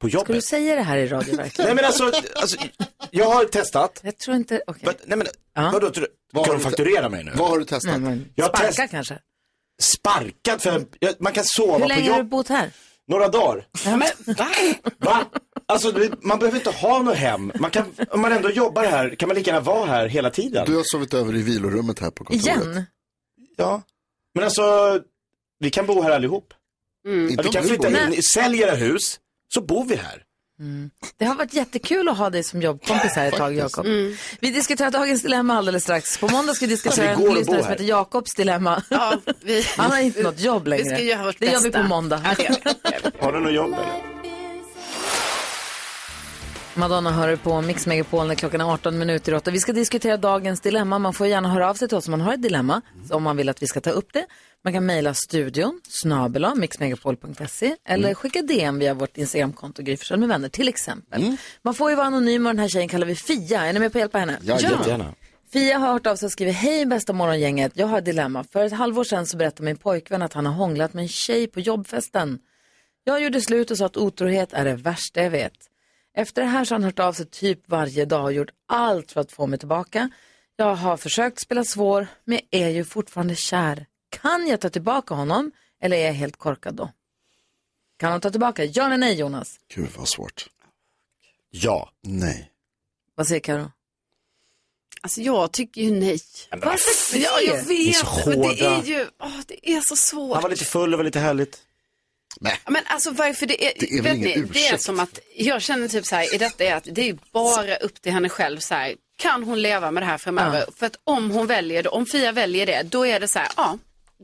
på jobbet.
Ska du säga det här i radio verkligen?
Nej men alltså, alltså jag har testat.
Jag tror inte, okej.
But, nej men, vadå, tror du- ska de fakturera mig nu?
Vad har du testat?
Jag har
Sparka
test,
kanske?
sparkat för jag, man kan sova
Hur
på
länge har du
jobb.
bott här?
Några dagar.
Men va?
Va? Alltså det- man behöver inte ha något hem. Man kan, om man ändå jobbar här kan man lika gärna vara här hela tiden.
Du har sovit över i vilorummet här på kontoret.
Igen?
Ja. Men alltså, vi kan bo här allihop.
Mm.
Ja, vi kan flytta in, i- sälj era hus, så bor vi här.
Mm. Det har varit jättekul att ha dig som jobbkompis här ett tag, Jakob.
Mm.
Vi diskuterar dagens dilemma alldeles strax. På måndag ska vi diskutera
Alltså, det går
en
att
lyssnare
bo
som
här.
heter Jakobs dilemma.
Ja, vi...
Han har inte något jobb längre.
Vi ska göra vårt
det gör vi
bästa.
på måndag.
Har du något jobb eller?
Madonna hör du på Mix Megapol när klockan är 18 minuter i åtta. Vi ska diskutera dagens dilemma. Man får gärna höra av sig till oss om man har ett dilemma, så om man vill att vi ska ta upp det. Man kan mejla studion, snabel mixmegapol.se eller
Mm.
skicka DM via vårt Instagramkonto, Gry Forssell med vänner till exempel.
Mm.
Man får ju vara anonym och den här tjejen kallar vi Fia. Är ni med på att hjälpa henne?
Ja, jättegärna.
Fia har hört av sig och skrivit, hej bästa morgongänget, jag har ett dilemma. För ett halvår sedan så berättade min pojkvän att han har hånglat med en tjej på jobbfesten. Jag gjorde slut och sa att otrohet är det värsta jag vet. Efter det här så har han hört av sig typ varje dag och gjort allt för att få mig tillbaka. Jag har försökt spela svår, men jag är ju fortfarande kär. Kan jag ta tillbaka honom eller är jag helt korkad då? Kan han ta tillbaka? Ja eller nej Jonas?
Gud vad svårt.
Ja.
Nej.
Vad säger Karo?
Alltså jag tycker ju nej.
Varför
Ja, jag vet.
Ni är så
men det är
hårda.
ju, åh, det är så svårt.
Han var lite full, det var lite härligt.
Ja, Men alltså varför det är,
Det är väl
vet
ingen
ni, det är
ursäkt?
som att, jag känner typ så här, i detta är att det är bara upp till henne själv så här, kan hon leva med det här framöver?
Ja.
För att om hon väljer det, om Fia väljer det, då är det så här, ja,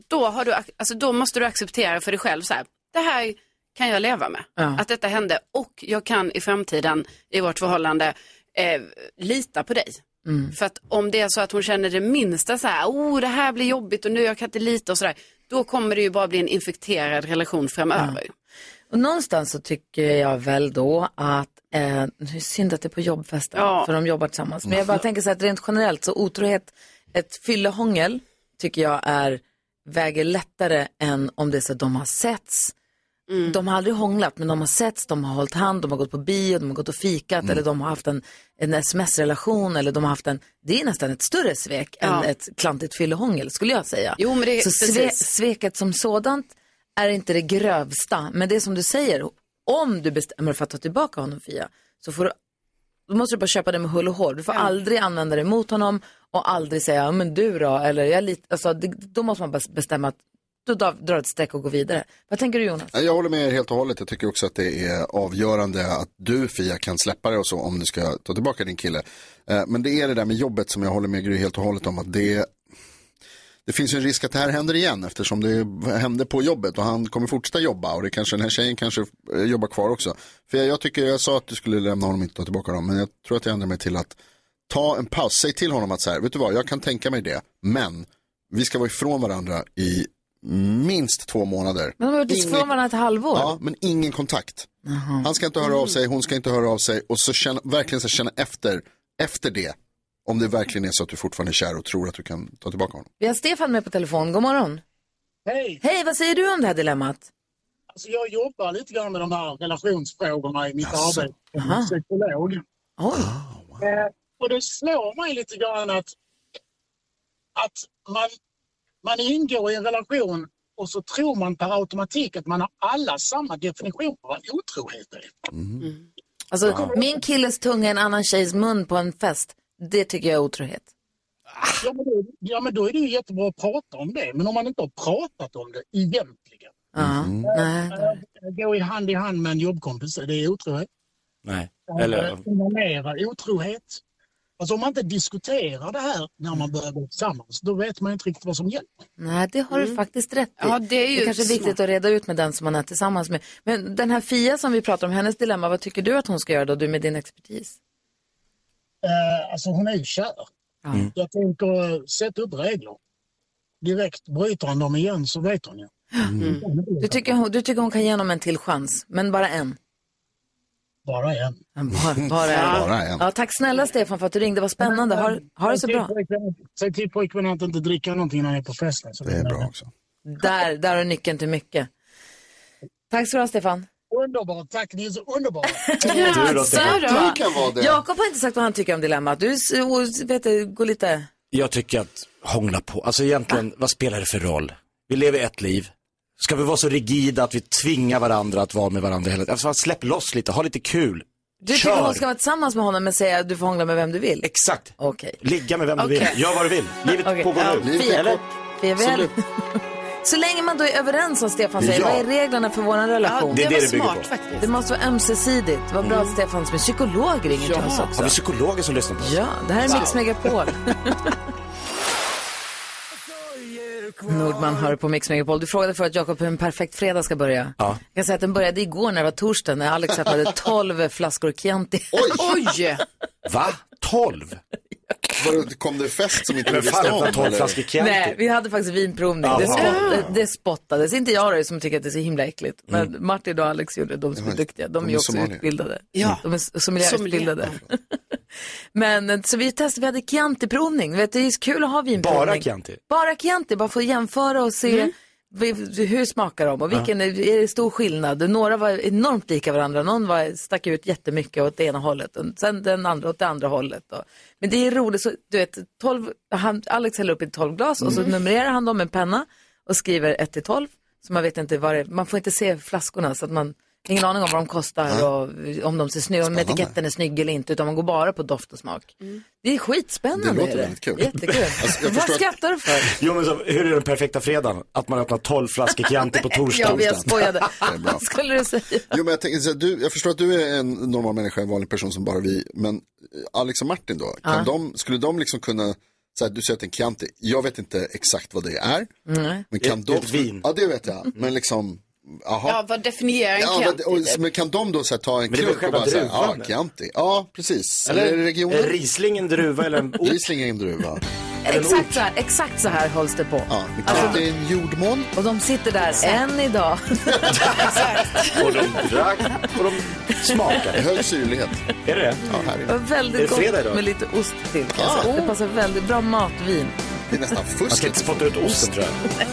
då har du, ac- alltså då måste du acceptera för dig själv så här, det här kan jag leva med.
Ja.
Att detta hände och jag kan i framtiden i vårt förhållande eh, lita på dig.
Mm.
För att om det är så att hon känner det minsta så här, oh det här blir jobbigt och nu jag kan inte lita och sådär. Då kommer det ju bara bli en infekterad relation framöver.
Och någonstans så tycker jag väl då att, eh, nu är det synd att det är på jobbfesten,
Ja.
för de jobbar tillsammans. Men jag bara tänker så här att rent generellt så otrohet, ett fyllehångel tycker jag är, väger lättare än om det är så att de har setts.
Mm.
De har aldrig hånglat, men de har setts, de har hållit hand, de har gått på bio, de har gått och fikat eller de har haft en, en sms-relation eller de har haft en, det är nästan ett större svek
Ja.
än ett klantigt fyllehångel skulle jag säga.
Jo, men det-
så sve,
precis.
sveket som sådant är inte det grövsta, men det är som du säger, om du bestämmer dig för att ta tillbaka honom Fia, så får du, då måste du bara köpa det med hull och hår. Du får aldrig använda det mot honom och aldrig säga, "Ja, men du då, eller jag är lite, alltså, det, då måste man bara bestämma att du drar drar ett streck och går vidare. Vad tänker du Jonas?
Jag håller med er helt och hållet. Jag tycker också att det är avgörande att du Fia kan släppa det och så om du ska ta tillbaka din kille. Eh, Men det är det där med jobbet som jag håller med Gry helt och hållet om att det det finns ju en risk att det här händer igen eftersom det hände på jobbet och han kommer fortsätta jobba och det kanske den här tjejen kanske eh, jobbar kvar också. För jag, jag tycker jag sa att du skulle lämna honom och inte ta tillbaka honom men jag tror att jag ändrar mig till att ta en paus, säg till honom att så här, vet du vad, jag kan tänka mig det men vi ska vara ifrån varandra i minst två månader.
Men de har varit
Ingen-
ifrån varandra ett halvår.
Ja, men ingen kontakt. Han ska inte höra av sig, hon ska inte höra av sig och så känna, verkligen så känna efter, efter det. Om det verkligen är så att du fortfarande är kär och tror att du kan ta tillbaka honom.
Vi har Stefan med på telefon, god morgon.
Hej!
Hej, vad säger du om det här dilemmat?
Alltså jag jobbar lite grann med de här relationsfrågorna i mitt
Jaså.
arbete
Aha.
som psykolog.
Oj.
Eh, och det slår mig lite grann att, att man, man ingår i en relation och så tror man per automatik att man har alla samma definition på vad otrohet är.
Alltså,
Ja.
min killes tunga i en annan tjejs mun på en fest, det tycker jag är otrohet.
Ja men, då, ja, men då är det ju jättebra att prata om det. Men om man inte har pratat om det egentligen.
Ja, nej.
Eh, Gå i hand i hand med en jobbkompis, det är otrohet.
Nej.
Eller...
Eller,
otrohet. Alltså om man inte diskuterar det här när man börjar gå tillsammans, då vet man inte riktigt vad som gäller.
Nej, det har du
Mm.
faktiskt rätt i.
Ja, det är ju
kanske är
smart.
viktigt att reda ut med den som man är tillsammans med. Men den här Fia som vi pratar om, hennes dilemma, vad tycker du att hon ska göra då, du med din expertis?
Eh, alltså hon är ju kär.
Mm.
Jag tänker eh, sätta upp regler. Direkt bryter han dem igen så vet hon ju.
Mm.
Mm.
Du, tycker hon, du tycker hon kan ge honom en till chans, men bara en?
Bara en.
Bara, (laughs) bara en.
Bara en.
Ja, tack snälla Stefan för att du ringde, det var spännande. Har, har det så
Säg till
bra.
pojkvännen- Säg till pojkvännen att inte dricka någonting när han är på festen. Så det är bra också.
Där, där har nyckeln till mycket. Tack ska du ha Stefan.
Underbart, tack ni är så underbara.
(laughs)
Du då, Stefan?
Södra.
Du kan vara det.
Jakob har inte sagt vad han tycker om dilemmat. Du s- o- vet, du, går lite...
jag tycker att hångla på, alltså egentligen, vad spelar det för roll? Vi lever ett liv. Ska vi vara så rigida att vi tvingar varandra att vara med varandra hela tiden? Alltså, släpp loss lite, ha lite kul.
Du tycker
Kör!
hon ska vara tillsammans med honom men säga att du får hångla med vem du vill?
Exakt.
Okej.
Ligga med vem du
Okej.
vill, gör vad du vill. Livet
Okej,
pågår
ja,
nu.
Fia,
Eller?
Fia, väl-
Absolut.
(laughs) Så länge man då är överens som Stefan säger,
Ja.
vad är reglerna för vår relation?
Ja, det är Det det var det bygger smart på. Mm.
faktiskt. Det måste vara ömsesidigt. Vad bra att Stefan som är psykolog ringer till oss
Har
också.
vi psykologer som lyssnar på oss?
Ja, det här är Mix
(laughs)
Megapol. Nordman hör på Mix Megapol. Du frågade förut Jakob hur en perfekt fredag ska börja.
Ja.
Jag kan säga att den började igår när det var torsdag när Alex öppnade
(laughs)
12 flaskor Chianti. (laughs)
Oj!
Va? 12?
(laughs) Var det, kom det fest som inte
Men
vi visste
fan,
om?
öppna 12
eller?
flaskor
Nej, vi hade faktiskt vinprovning. Det,
Jaha.
spott, det spottades. Inte jag då, som tycker att det är så himla äckligt. Men
Mm.
Martin och Alex gjorde det, de som är
Ja,
duktiga. De,
de
är
är
också
somalier.
utbildade.
Ja.
De är s- sommelierutbildade.
Sommelier,
Men eh, så vi testade, vi hade Chianti-provning. Vet, du, det är så kul att ha vinprovning.
Bara Chianti? Mm.
Bara Chianti, bara för att jämföra och se vi- hur smakar de och vilken är, är det stor skillnad. Några var enormt lika varandra, någon var, stack ut jättemycket åt det ena hållet och sen den andra åt det andra hållet. Och. Men det är roligt, så, du vet, 12, han, Alex häller upp i 12 glas och så
Mm.
numrerar han dem med en penna och skriver 1 till 12. Så man vet inte vad det är, man får inte se flaskorna så att man Ingen aning om vad de kostar och om de ser snygga, om etiketten är snygg eller inte, utan man går bara på doft och smak. Det är skitspännande.
Det låter
är
väldigt kul.
Jättekul.
(laughs) Alltså, jag
vad
förstår att-
skrattar du för?
Jo men så, hur är den perfekta fredagen? Att man öppnar
(laughs)
12 flaskor Chianti på torsdagen.
Jag, jag skojade.
Det är bra.
Vad (laughs) skulle du säga?
Jo, men jag, tänker, så här, du, jag förstår att du är en normal människa, en vanlig person som bara vi, men eh, Alex och Martin då, kan
Ja.
de, skulle de liksom kunna, så här, du säger att det är en Chianti, jag vet inte exakt vad det är,
Nej.
men kan de, vin. ja det vet jag, men liksom, aha.
Ja, vad definierar en
Ja, men,
Chianti?
och, men kan de då så här, ta en
Men det är
klunk
väl
och
själva
bara säga, ja,
druvan, eller?
Chianti, ja precis.
Eller
Eller, är det regionen?
är Riesling en druva eller en ort?
Riesling är en druva.
(laughs) Exakt så, här, exakt så här hålls det på. Alltså-
Ja, men Chianti är en jordmån.
Och de sitter där än idag.
Och de drack och de smakade.
Hög syrlighet.
Är det
Ja, här är
Det var
det.
Är
väldigt
det fredag
gott
idag?
med lite ost till. Alltså, det passar väldigt bra matvin.
Det är nästan fusk.
Man ska inte spotta ut osten tror jag.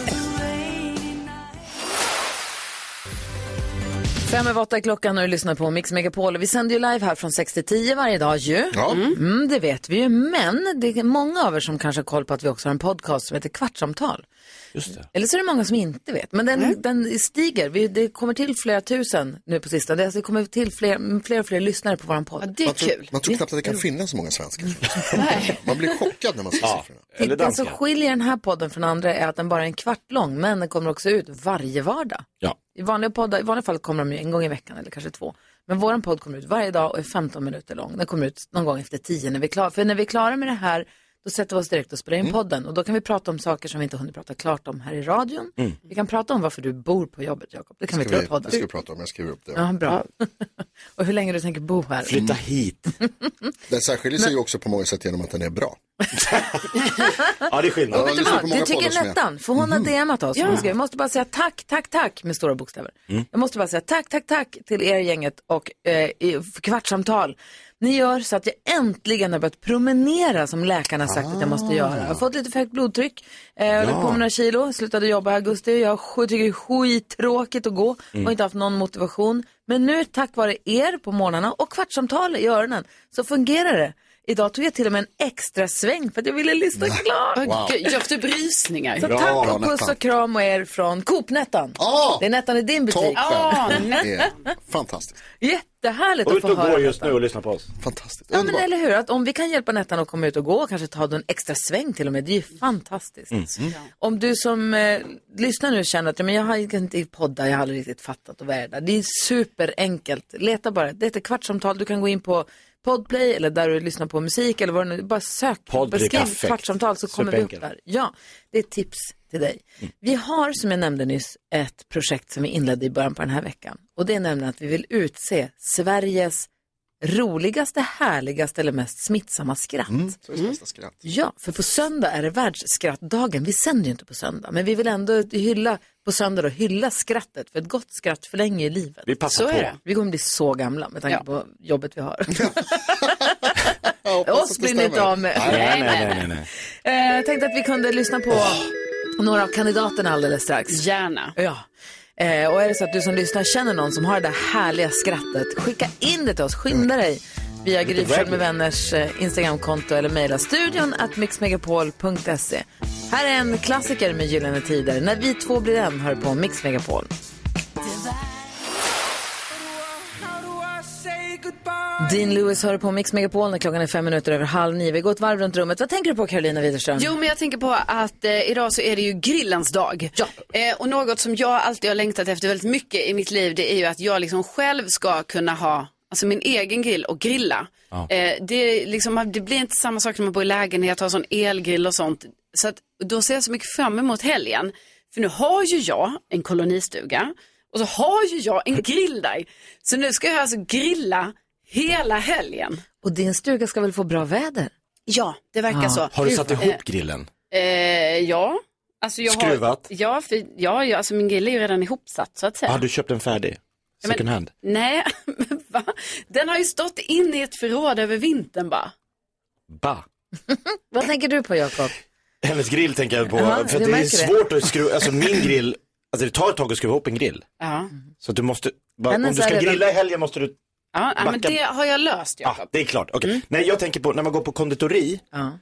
Fem över åtta är klockan och du lyssnar på Mix Megapol. Vi sänder ju live här från 6 till 10 varje dag ju.
Ja.
Mm, det vet vi ju. Men det är många av er som kanske har koll på att vi också har en podcast som heter Kvartsamtal.
Just det.
Eller så är det många som inte vet. Men den,
Mm.
den stiger. Vi, det kommer till flera tusen nu på sistone. Det alltså kommer till fler, fler och fler lyssnare på vår podd.
det är
Man tror,
kul.
man tror knappt att det kan finnas så många svenskar. Man blir chockad när man ser siffrorna.
Eller
Det som
danska.
alltså, skiljer den här podden från andra är att den bara är en kvart lång, men den kommer också ut varje vardag.
Ja.
I vanliga poddar, i vanliga fall kommer de ju en gång i veckan eller kanske två. Men vår podd kommer ut varje dag och är 15 minuter lång. Den kommer ut någon gång efter 10 när vi är klara. För när vi är klara med det här, då sätter vi oss direkt och spelar in podden. Och då kan vi prata om saker som vi inte hunnit prata klart om här i radion.
Mm.
Vi kan prata om varför du bor på jobbet, Jakob. Det kan vi ta
Mm. Ska
i
vi, det
podden.
ska vi prata om, jag skriver upp det.
Ja, bra. (laughs) och hur länge du tänker bo här. Mm.
(laughs)
Flytta hit.
Den särskiljer sig ju också på många sätt genom att den är bra.
(laughs) Ja det är skillnad.
Jag
Vet du
lyssnar på
vad,
många
det tycker
poddar som är- Mhm.
Nettan, för hon har DMat oss. Hon skrev, jag måste bara säga tack, tack, tack med stora bokstäver.
Mm.
Jag måste bara säga tack, tack, tack till er gänget och eh, i- för kvartssamtal. Ni gör så att jag äntligen har börjat promenera som läkarna har sagt att jag måste göra. Jag har fått lite för högt blodtryck, eh, jag på med några kilo, slutade jobba i augusti. Jag sk- tycker det är skittråkigt att gå och inte haft någon motivation. Men nu tack vare er på morgnarna och kvartssamtal i öronen så fungerar det. Idag tog jag till och med en extra sväng för att jag ville lyssna klart.
Wow. Jag får typ rysningar.
Så
Bra,
tack och
Nettan.
puss och kram och er från Coop-Nettan.
Ja,
Det är Nettan i din butik.
toppen.
Ja,
Det är fantastiskt.
Jättehärligt
Och
att
ut
få
och
höra
gå just
detta.
nu och lyssna på oss.
Fantastiskt.
Ja, men
Underbart.
eller hur, att om vi kan hjälpa Nettan att komma ut och gå och kanske ta då en extra sväng till och med, det är ju
Mm.
fantastiskt. Om du som eh, lyssnar nu känner att "Ja, men jag har inte i poddar, jag har aldrig riktigt fattat och vad är det där?" Det är superenkelt. Leta bara, det heter Kvartsamtal, du kan gå in på Podplay eller där du lyssnar på musik eller vad det nu bara sök,
Podplay,
beskriv
perfekt.
Kvartsamtal så kommer vi upp
Superenkelt. Mm.
där. Ja, det är ett tips till dig. Vi har, som jag nämnde nyss, ett projekt som vi inledde i början på den här veckan. Och det är nämligen att vi vill utse Sveriges roligaste, härligaste eller mest smittsamma skratt.
Sveriges bästa skratt.
Ja, för på söndag är det världsskrattdagen. Vi sänder ju inte på söndag, men vi vill ändå hylla på söndag och hylla skrattet, för ett gott skratt förlänger ju livet.
Vi passar
Så
på.
är det.
Vi kommer bli så gamla med tanke
Ja.
på jobbet vi har.
Jag hoppas
Oss
att det
blir ni inte
stämmer.
av med.
Nej, nej, nej, nej, nej.
Eh, tänkte att vi kunde lyssna på några av kandidaterna alldeles strax.
Gärna.
Ja. Eh, och är det så att du som lyssnar känner någon som har det där härliga skrattet, skicka in det till oss. Skynda dig via Gry Forssell med vänners eh, Instagramkonto eller mejla studion at mixmegapol.se. Här är en klassiker med Gyllene Tider. När vi två blir en, hör på Mix Megapol. Dean Lewis hör på Mix Megapol när klockan är fem minuter över halv nio. Vi går ett varv runt rummet. Vad tänker du på Carolina Widerström?
Jo, men jag tänker på att eh, idag så är det ju grillens dag.
Ja.
Eh, och något som jag alltid har längtat efter väldigt mycket i mitt liv, det är ju att jag liksom själv ska kunna ha Alltså min egen grill och grilla. Eh, det, är liksom, det blir inte samma sak när man bor i lägenhet och har sån elgrill och sånt. Så att, då ser jag så mycket fram emot helgen. För nu har ju jag en kolonistuga och så har ju jag en grill där. Så nu ska jag alltså grilla hela helgen.
Och din stuga ska väl få bra väder?
Ja, det verkar
Ja.
så.
Har du satt ihop grillen?
Eh, ja. Alltså jag
Skruvat?
Har, ja, för, ja, ja, alltså min grill är ju redan ihopsatt så att säga.
Har du köpt den färdig?
Ja, men-
Second hand?
Nej, (laughs) men va? Den har ju stått inne i ett förråd över vintern bara.
Ba.
Vad tänker du på Jakob?
Hennes grill tänker jag på.
Ja,
för
du
att det är
märker det.
svårt att skruva, alltså min grill, alltså det tar ett tag att skruva ihop en grill.
Ja,
Så att du måste, bara, om
Hennes
du
är
ska
redan-
grilla i helgen måste du,
ja, ja men
Backa-
det har jag löst
ja
Jakob.
det är klart. Okej. Nej jag tänker på när man går på konditori,
Mm. Ja.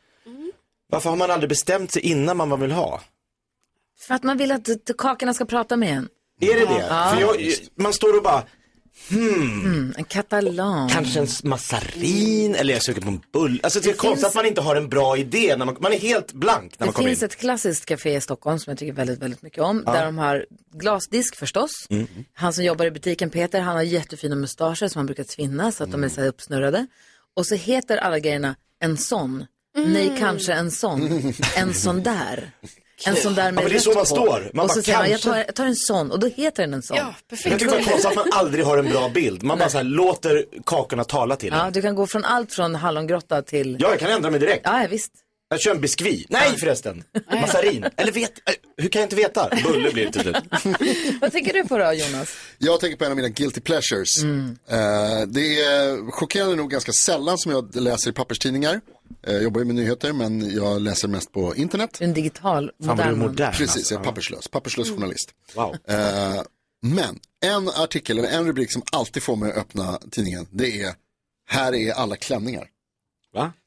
varför har man aldrig bestämt sig innan man vad vill ha?
För att man vill att t- kakorna ska prata med en.
Är det det? För jag, man står och bara, hmm,
Mm, en katalan.
Kanske en massarin eller jag är sugen på en bull. Alltså det är
Det
konstigt
finns-
att man inte har en bra idé när man, man är helt blank när man
Det
kommer
finns
in.
ett klassiskt café i Stockholm som jag tycker väldigt, väldigt mycket om.
Ja.
Där de har glasdisk förstås.
Ah.
Mm.
Han som jobbar i butiken, Peter, han har jättefina mustascher som han brukar tvinna så att
Mm.
de är så här uppsnurrade. Och så heter alla grejerna en sån.
Mm.
Nej, kanske en sån. En
(laughs)
sån där. En sån där
Ja,
med
men det är så
rött
man
på.
står. Man
och
bara,
så säger man, jag
kanske.
tar, jag tar en sån och då heter den en sån. Ja,
Jag tycker det är konstigt att man aldrig har en bra bild. Man bara så här låter kakorna tala till
Ja,
en.
du kan gå från allt från
(laughs)
hallongrotta till... (laughs)
Ja, jag kan ändra mig direkt.
Ja, ja, visst.
Jag kör en biskvi. Nej förresten, massarin. Eller vet, äh, hur kan jag inte veta? Bulle blir det till slut.
Vad tänker du på då, Jonas?
Jag tänker på en av mina guilty pleasures.
Mm.
Eh, det är chockerande nog ganska sällan som jag läser i papperstidningar. Eh, Jag jobbar ju med nyheter men jag läser mest på internet.
En digital, modern Mm. man.
Precis, jag är papperslös. Papperslös journalist.
Wow.
Eh, men en artikel eller en rubrik som alltid får mig att öppna tidningen det är Här är alla klänningar.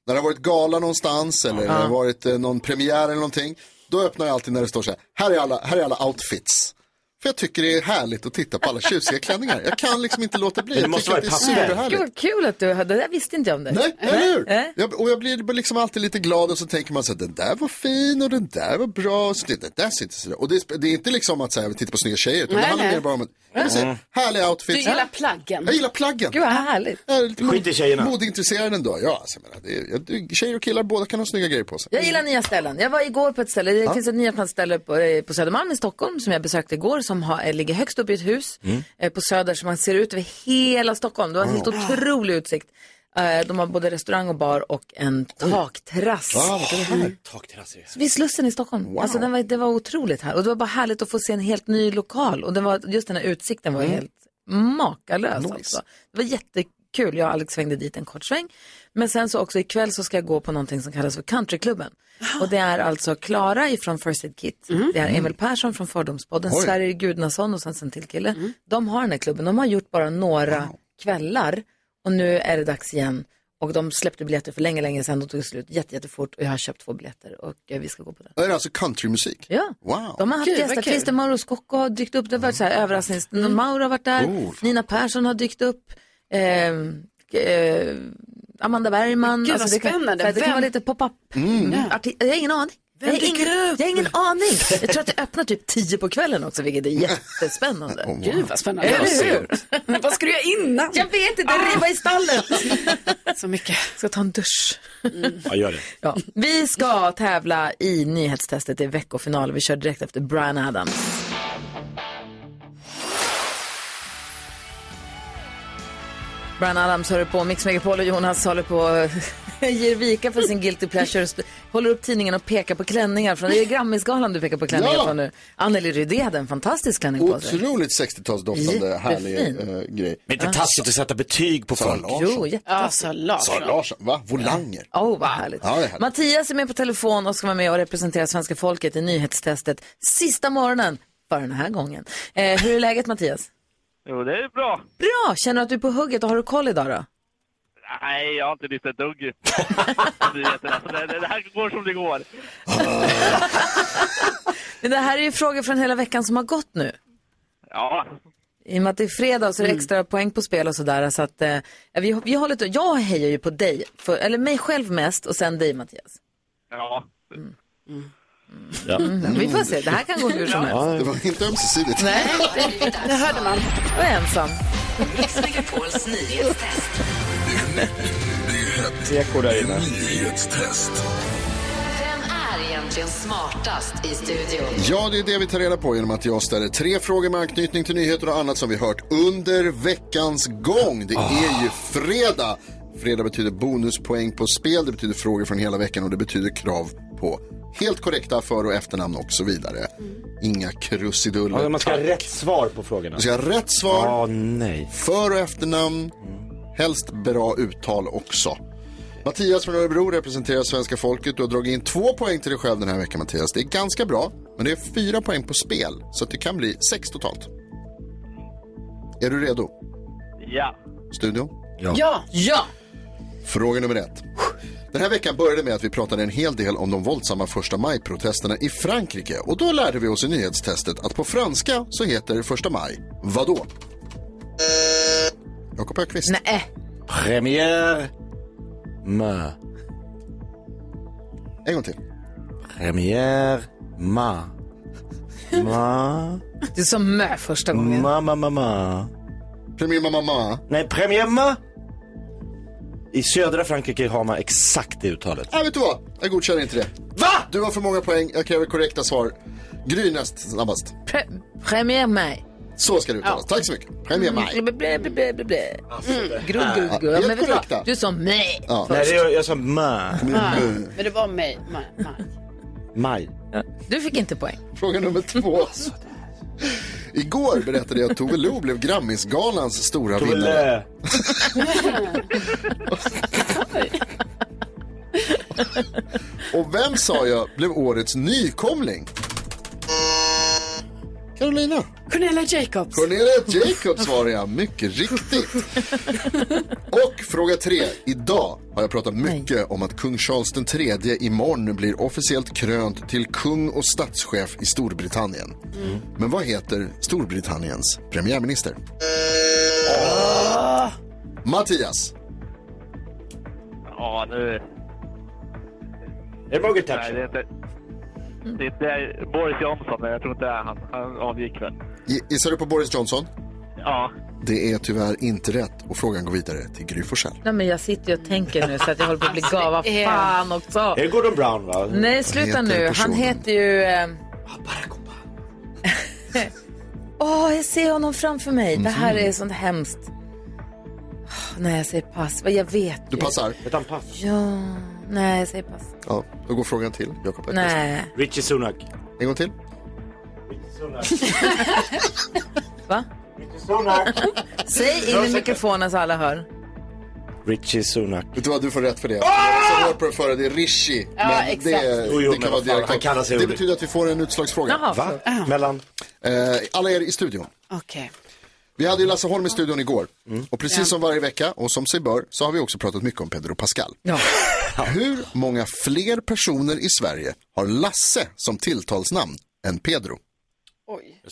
När det har varit gala någonstans eller det har varit eh, någon premiär eller någonting. Då öppnar jag alltid när det står så här. Här är alla, här är alla outfits. För jag tycker det är härligt att titta på alla tjusiga klänningar. Jag kan liksom inte låta bli.
Men det
Jag
måste
tycker
vara
att det
pastel.
är superhärligt.
Gud, vad kul att du hade, det där visste inte jag om dig.
Nej,
Eh,
eller hur? Jag, och jag blir liksom alltid lite glad och så tänker man så här, den där var fin och den där var bra. Och så, det, det där ser inte så Och det, är- det är inte liksom att så här, titta på snygga tjejer, utan
Nej,
det handlar
nej.
mer bara om att, jag vill
Mm.
se, härliga
Du
outfits.
gillar plaggen.
Jag gillar plaggen.
Gud vad härligt.
Jag är lite
Skit i tjejerna.
Modeintresserad ändå. Ja, alltså, jag menar, det är, jag, det- tjejer och killar båda kan ha snygga grejer på sig.
Jag gillar nya ställen. Jag var igår på ett ställe, det
Ja.
finns ett nyöppnat ställe på, eh, på Södermalm i Stockholm som jag besökte igår som har, eh, ligger högst upp i ett hus
Mm.
eh, på Söder som man ser ut över hela Stockholm. Det var en helt
Wow.
otrolig utsikt. Eh, De har både restaurang och bar och en takterrass. Mm.
Takterrasser.
Vid Slussen i Stockholm. Alltså den var, det var otroligt här. Och det var bara härligt att få se en helt ny lokal. Och det var, just den här utsikten var ju helt makalös. Alltså. Det var jättekul. Jag och Alex svängde dit en kort sväng. Men sen så också ikväll så ska jag gå på någonting som kallas för Countryklubben. Och det är alltså Klara ifrån First Aid Kit. Det är Emil Persson från Fördomspodden,
Oj.
Sverige Gudnason och sen en till kille. De har den här klubben. De har gjort bara några kvällar. Och nu är det dags igen. Och de släppte biljetter för länge, länge sedan. De tog slut jätte, jättefort. Och jag har köpt två biljetter och eh, vi ska gå på det.
Är det alltså countrymusik?
Ja.
Wow.
De har haft
Gud, vad
gäster.
kul.
Christer Mauro Scocco har dykt upp. Det har varit så här överrasknings...
Mm.
Mm. Mauro har varit där.
Oh, fan.
Nina Persson har dykt upp. Ehm, eh, Amanda Bergman. Alltså,
Gud, vad
det kan,
spännande.
så här, Det kan
Vem-
vara lite pop-up.
Mm.
Arti- jag har ingen aning.
Vem
jag, har
dyker
ingen, jag har ingen aning. Jag tror att det öppnar typ tio på kvällen också, vilket är jättespännande.
wow. (laughs) Gud, vad spännande.
Eller hur?
(laughs) Vad ska du göra innan?
Jag vet inte, riva i stallet.
Så mycket.
Ska ta en dusch.
Ja, gör det.
Ja. Vi ska tävla i nyhetstestet i veckofinal. Vi kör direkt efter Brian Adams. Brian Adams håller på, Mix Megapol och Jonas håller på (laughs) ger vika för sin guilty pleasure. St- Håller upp tidningen och pekar på klänningar. Från, det är Grammisgalan du pekar på klänningar
Ja.
från nu. Anneli Rydé hade en fantastisk klänning på sig.
Otroligt 60-talsdoftande, härlig
Jättefin.
eh, grej.
Men inte taskigt
att sätta betyg på
folk. Jo, jättetaskigt.
Sara Larsson. Sara Larsson, va? Volanger.
Åh, oh, vad härligt.
Ja, det är härligt.
Mattias är med på telefon och ska vara med och representera svenska folket i nyhetstestet sista morgonen för den här gången. Eh, hur är läget Mattias?
Jo, det är bra.
Bra! Känner du att du är på hugget och har du koll idag då?
Nej, jag har inte lyssnat ett
(laughs)
dugg. Du vet, alltså, det, det det här går som det går.
Men det här är ju frågor från hela veckan som har gått nu.
Ja,
I och med att det är fredag så är det extra poäng på spel och sådär. Så att, eh, vi, vi har lite, jag hejar ju på dig, för, eller mig själv mest och sen dig Mattias.
ja.
Mm, vi får se, det här kan gå hur som helst.
Det var inte
(laughs)
ömsesidigt. (laughs)
Nej,
det- det hörde
man. Jag är ensam.
Mix Megapols nyhetstest.
Eko där inne.
Vem är egentligen smartast i studion?
Ja, det är det vi tar reda på genom att jag ställer tre frågor med anknytning till nyheter och annat som vi hört under veckans gång. Det
Ah.
är ju fredag. Fredag betyder bonuspoäng på spel, det betyder frågor från hela veckan och det betyder krav på helt korrekta för och efternamn och så vidare. Inga krusiduller.
Mm. Ja, man ska ha
tack.
rätt svar på frågorna.
Du ska ha rätt svar.
Ja, nej.
För och efternamn. Helst bra uttal också. Mattias från Örebro representerar svenska folket. Du har dragit in två poäng till dig själv den här veckan Mattias. Det är ganska bra, men det är fyra poäng på spel. Så att det kan bli sex totalt. Är du redo?
Ja.
Studion?
Ja.
Ja.
Fråga nummer ett. Den här veckan började med att vi pratade en hel del om de våldsamma första maj-protesterna i Frankrike. Och då lärde vi oss i nyhetstestet att på franska så heter första maj vadå? Jakob Ökvist.
Nej.
Premiär. Mö.
En gång till.
Premiär. Ma. Ma.
Du sa mö första gången.
Mamma, mamma.
Premiär mamma, mamma.
Nej, premiär ma. I södra Frankrike har man exakt det uttalet.
Nej, vet du vad? Jag godkänner inte det.
Va?
Du har för många poäng. Jag kräver korrekta svar. Gry näst snabbast.
Pre premiär maj.
Så ska det uttalas. Tack så mycket. Premiär maj. Alltså.
Mm, blä, blä, blä, blä, blä. Mm, Grugg, grugg, grugg.
Ja,
Ja,
helt
men vet du
korrekta.
vad? Du sa maj.
Ja.
Nej, det, jag, jag sa ma.
Ah.
Men det var mig. Ma, ma.
Maj.
Du fick inte poäng.
Fråga nummer två. Igår berättade jag att Tove Lo blev Grammisgalans stora
Tove
vinnare.
Lö.
Och vem sa jag blev årets nykomling? Carolina.
Cornelia Jacobs.
Cornelia Jacobs svarar jag mycket riktigt. Och fråga tre. Idag har jag pratat mycket om att kung Charles den tredje imorgon blir officiellt krönt till kung och statschef i Storbritannien. Men vad heter Storbritanniens premiärminister? Mattias.
Ja, nu...
Är det Margaret
Nej, det är inte... Det är inte Boris Johnson, men jag tror inte det är han. Han avgick väl.
Gi- Gissar du på Boris Johnson?
Ja.
Det är tyvärr inte rätt och frågan går vidare till Gry Forssell.
Nej, men jag sitter ju och tänker nu så att jag håller på att bli galen. Vad
är-
fan också.
Är det Gordon Brown, va?
Nej, sluta
heter
nu. Han
personen? Ah,
heter ju... eh, (laughs) Åh, jag ser honom framför mig. Det här
Mhm.
är sånt hemskt. Åh, nej, jag säger pass. Vad Jag vet
Du
ju.
passar?
Hette han Paff?
Ja, nej, jag säger pass.
(laughs) Ja, då går frågan till Jakob Ekqvist.
Nej.
Richie Sunak.
En gång till.
Va?
Sunak.
Säg in i mikrofonen så alla hör.
Richie Sunak.
Vet du vad, du får rätt för det. Ah! Så vår på den förra, det är Rishi.
Ja,
men
exakt.
det,
Jo, jo,
det kan vara
men vad fan,
direkt.
han kallar sig
det
under-
betyder att vi får en utslagsfråga.
Jaha.
Va? Mellan?
Eh, alla er i studion.
Okej.
Vi hade ju Lasse Holm i studion igår.
Mm.
Och precis som varje vecka, och som sig bör, så har vi också pratat mycket om Pedro Pascal.
Ja.
(laughs) Hur många fler personer i Sverige har Lasse som tilltalsnamn än Pedro?
Oj.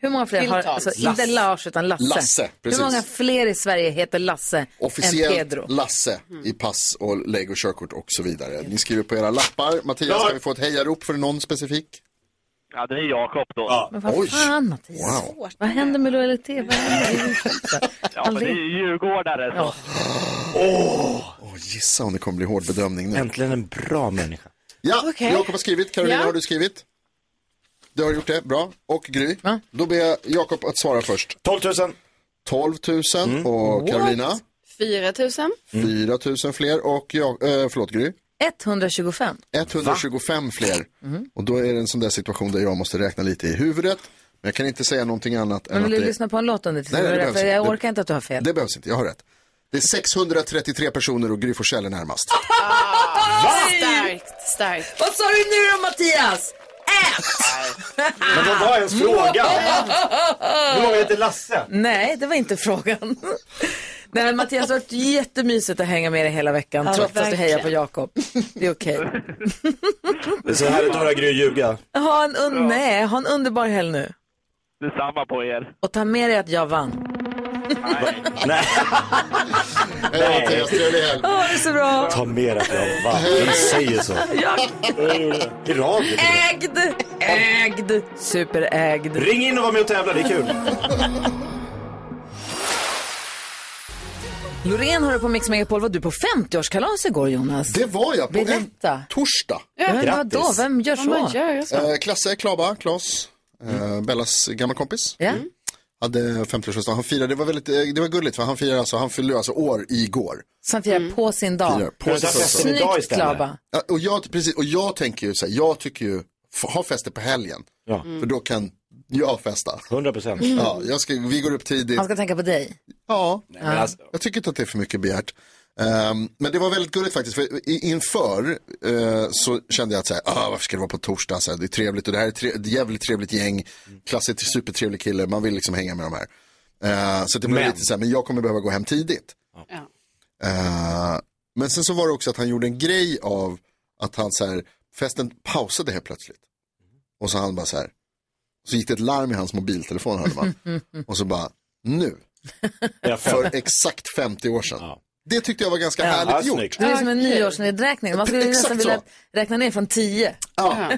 Hur många fler har... Alltså,
Lasse.
inte Lars, utan Lasse.
Lasse, precis.
Hur många fler i Sverige heter Lasse än
Officiellt
Pedro? Mm.
Lasse i pass och lägg och körkort och så vidare. Ni skriver på era lappar. Mattias, kan vi få ett hejarop för någon specifik?
Ja, det är Jakob då.
Men vad
Oj.
fan, Mattias?
Wow.
Vad händer med lojalitet? Vad händer?
Ja, men det är ju djurgårdare. Så.
Åh, gissa om det kommer bli hård bedömning nu.
Äntligen en bra människa.
Ja,
Ah,
Okej.
Jakob har skrivit. Karolina,
Ja.
har du skrivit? Du har gjort det, bra. Och Gry. Då ber jag Jakob att svara först.
12 000.
12 000 och Karolina
4 000.
Mm.
4 000 fler och jag, eh, förlåt Gry,
125.
125 fler.
Mm.
Och då är det en sån där situation där jag måste räkna lite i huvudet. Men jag kan inte säga någonting annat än
Men
att
vill du
det,
lyssna på en låt under tiden?
Nej, nej, det behövs
för jag
inte.
orkar inte att du har fel.
det behövs inte, jag har rätt. Det är 633 personer och Gry Forssell är närmast.
Ah, Starkt, starkt.
Vad sa du nu då Mattias?
Men vad var ens fråga?
Ah.
Hur många heter Lasse?
Nej, det var inte frågan. Nej, men Mattias, det har varit jättemysigt att hänga med dig hela veckan, trots att du
verkligen.
hejar på Jakob. Det är okej.
Det är så härligt att höra Gry ljuga.
Ha, en un- nej, ha en underbar helg nu.
Detsamma på er.
Och ta med dig att jag vann.
Nej,
Hej Mattias, trevlig helg.
Ha det (laughs) så bra.
ta mer att jag vann. Vi säger så. I radio.
Ägd, ägd, superägd.
Ring in och var med och tävla, det är kul.
Loreen hörde på Mix Megapol. Var du på 50-årskalas igår, Jonas?
Det var jag på en
Berätta.
torsdag.
Men vadå?
grattis.
Vem gör
Ja, men
så? Mm.
gör jag så?
Eh, Klasse, Klaba, Klas, eh, Bellas gamla kompis. Mm.
Ja?
Hade 50-årsfest. Han firade, det var, väldigt, eh, det var gulligt för han firade alltså, han fyllde alltså år igår.
Som firar på sin dag.
Firade Mm. På
Jag sa
födelsedag.
festen idag
Snyggt,
istället.
Klaba.
Ja, och, jag, precis, och jag tänker ju så här, jag tycker ju, f- ha fester på helgen.
Ja.
För då kan jag festa.
100 procent.
Ja, jag ska, vi går upp tidigt.
Han ska tänka på dig.
Ja,
alltså-
jag tycker inte att det är för mycket begärt. Ehm, men det var väldigt gulligt faktiskt, för i, inför eh, så kände jag att så här, ah, varför ska det vara på torsdag, så här, det är trevligt och det här är tre, ett jävligt trevligt gäng, klassiskt supertrevlig kille, man vill liksom hänga med de här. Eh, så det blev
Men-
lite så här, men jag kommer behöva gå hem tidigt.
Ja.
Eh, men sen så var det också att han gjorde en grej av att han så här, festen pausade helt plötsligt. Och så han bara så här, så gick det ett larm i hans mobiltelefon hörde man. och så bara, nu för exakt 50 år sedan. Det tyckte jag var ganska härligt gjort.
Det är som en nyårsnedräkning. Man skulle
Exakt
nästan vilja
så.
räkna ner från tio.
Ja.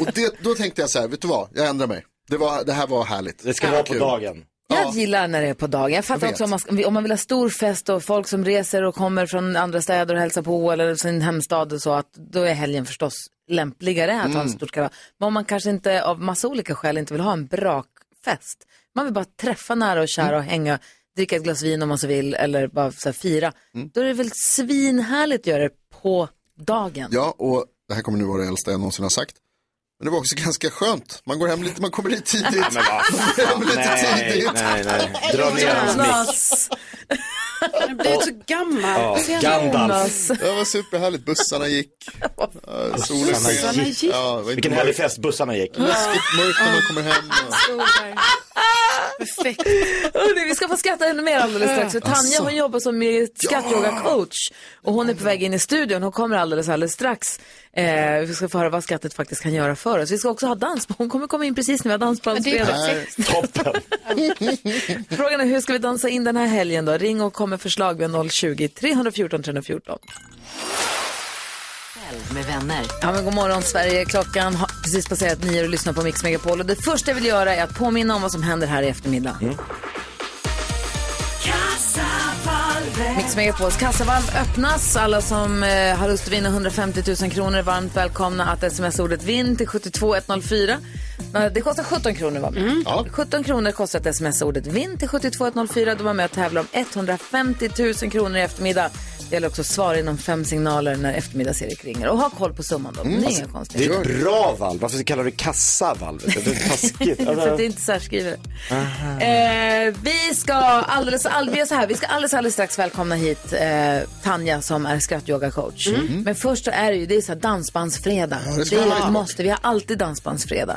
Och det, då tänkte jag så här, vet du vad, jag ändrar mig. Det, var, det här var härligt. Det
ska vara på dagen.
Jag gillar när det är på dagen. Jag fattar
Jag vet.
också om man, ska- om man vill ha stor fest och folk som reser och kommer från andra städer och hälsar på eller sin hemstad och så, att då är helgen förstås lämpligare att ha en
Mm.
stor kalas. Men om man kanske inte av massa olika skäl inte vill ha en brakfest, man vill bara träffa nära och
Mm.
kära och hänga, dricka ett glas vin om man så vill eller bara så här fira,
Mm.
då är det väl svinhärligt att göra det på dagen.
Ja, och det här kommer nu vara det äldsta jag någonsin har sagt. Men det var också ganska skönt. Man går hem lite, man kommer dit tidigt.
Nej, men vad fan.
Hem lite
Nej,
tidigt.
nej, nej. Dra ner hans mick. Jonas.
Han blir så gammal. Ser han Jonas?
Det var superhärligt. Bussarna gick.
(laughs)
eh, Solen
Bussarna
sken.
gick.
Ja, det var
Vilken
mörkt.
härlig fest bussarna gick.
Läskigt mörkt när man kommer hem.
Perfekt. Hörrni, vi ska få skratta ännu mer alldeles strax. För Tanja
Alltså.
hon jobbar som skrattyoga-coach och hon är på väg in i studion. Hon kommer alldeles, alldeles strax. Eh, vi ska få höra vad skrattet faktiskt kan göra för oss. Vi ska också ha dansband. Hon kommer komma in precis när vi har dansbandsspelet.
Toppen.
(laughs) Frågan är hur ska vi dansa in den här helgen då? Ring och kom med förslag vid 020-314 314.
Med vänner.
Ja, men god morgon Sverige. Klockan har precis passerat nio och lyssnar på Mix Megapol. Och det första jag vill göra är att påminna om vad som händer här i eftermiddag. Mix Megapols kassavalv öppnas. Alla som eh, har lust att vinna 150 000 kronor är varmt välkomna att sms-ordet vinn till 72104. Eh, Det kostar 17 kronor va?
Ja.
17 kronor kostar att sms-ordet vinn till 72104. Då var med och tävlar om 150 000 kronor i eftermiddag. Det gäller också att svara inom fem signaler när eftermiddags-Erik ringer. Och ha koll på summan då. Mm. Alltså, Det är inga
Mm. Alltså, det
konstigheter. (laughs)
är ett bra valv. Varför kallar du det kassavalvet? Det är
(laughs)
taskigt.
För att det är inte särskrivet. Eh, vi ska alldeles, all, vi gör så här, vi ska alldeles, alldeles strax välkomna hit eh, Tanja som är skrattyogacoach.
Mm.
Men först så är det ju, det är så här dansbandsfredag.
Ja, det
det
ska man
är
ha.
ett måste, vi har alltid dansbandsfredag.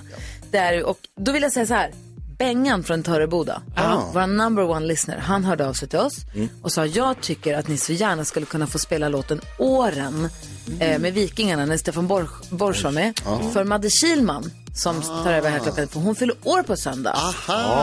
Det är, ju- och då vill jag säga så här, Bengan från Töreboda,
Ah. Mm.
vår number one listener, han hörde av sig till oss och sa jag tycker att ni så gärna skulle kunna få spela låten Åren eh, med Vikingarna när Stefan Borch, Borsch var med.
Mm. Ja. Ah.
För Madde Kilman som tar över här klockan, Eh, för hon fyller år på söndag.
Aha.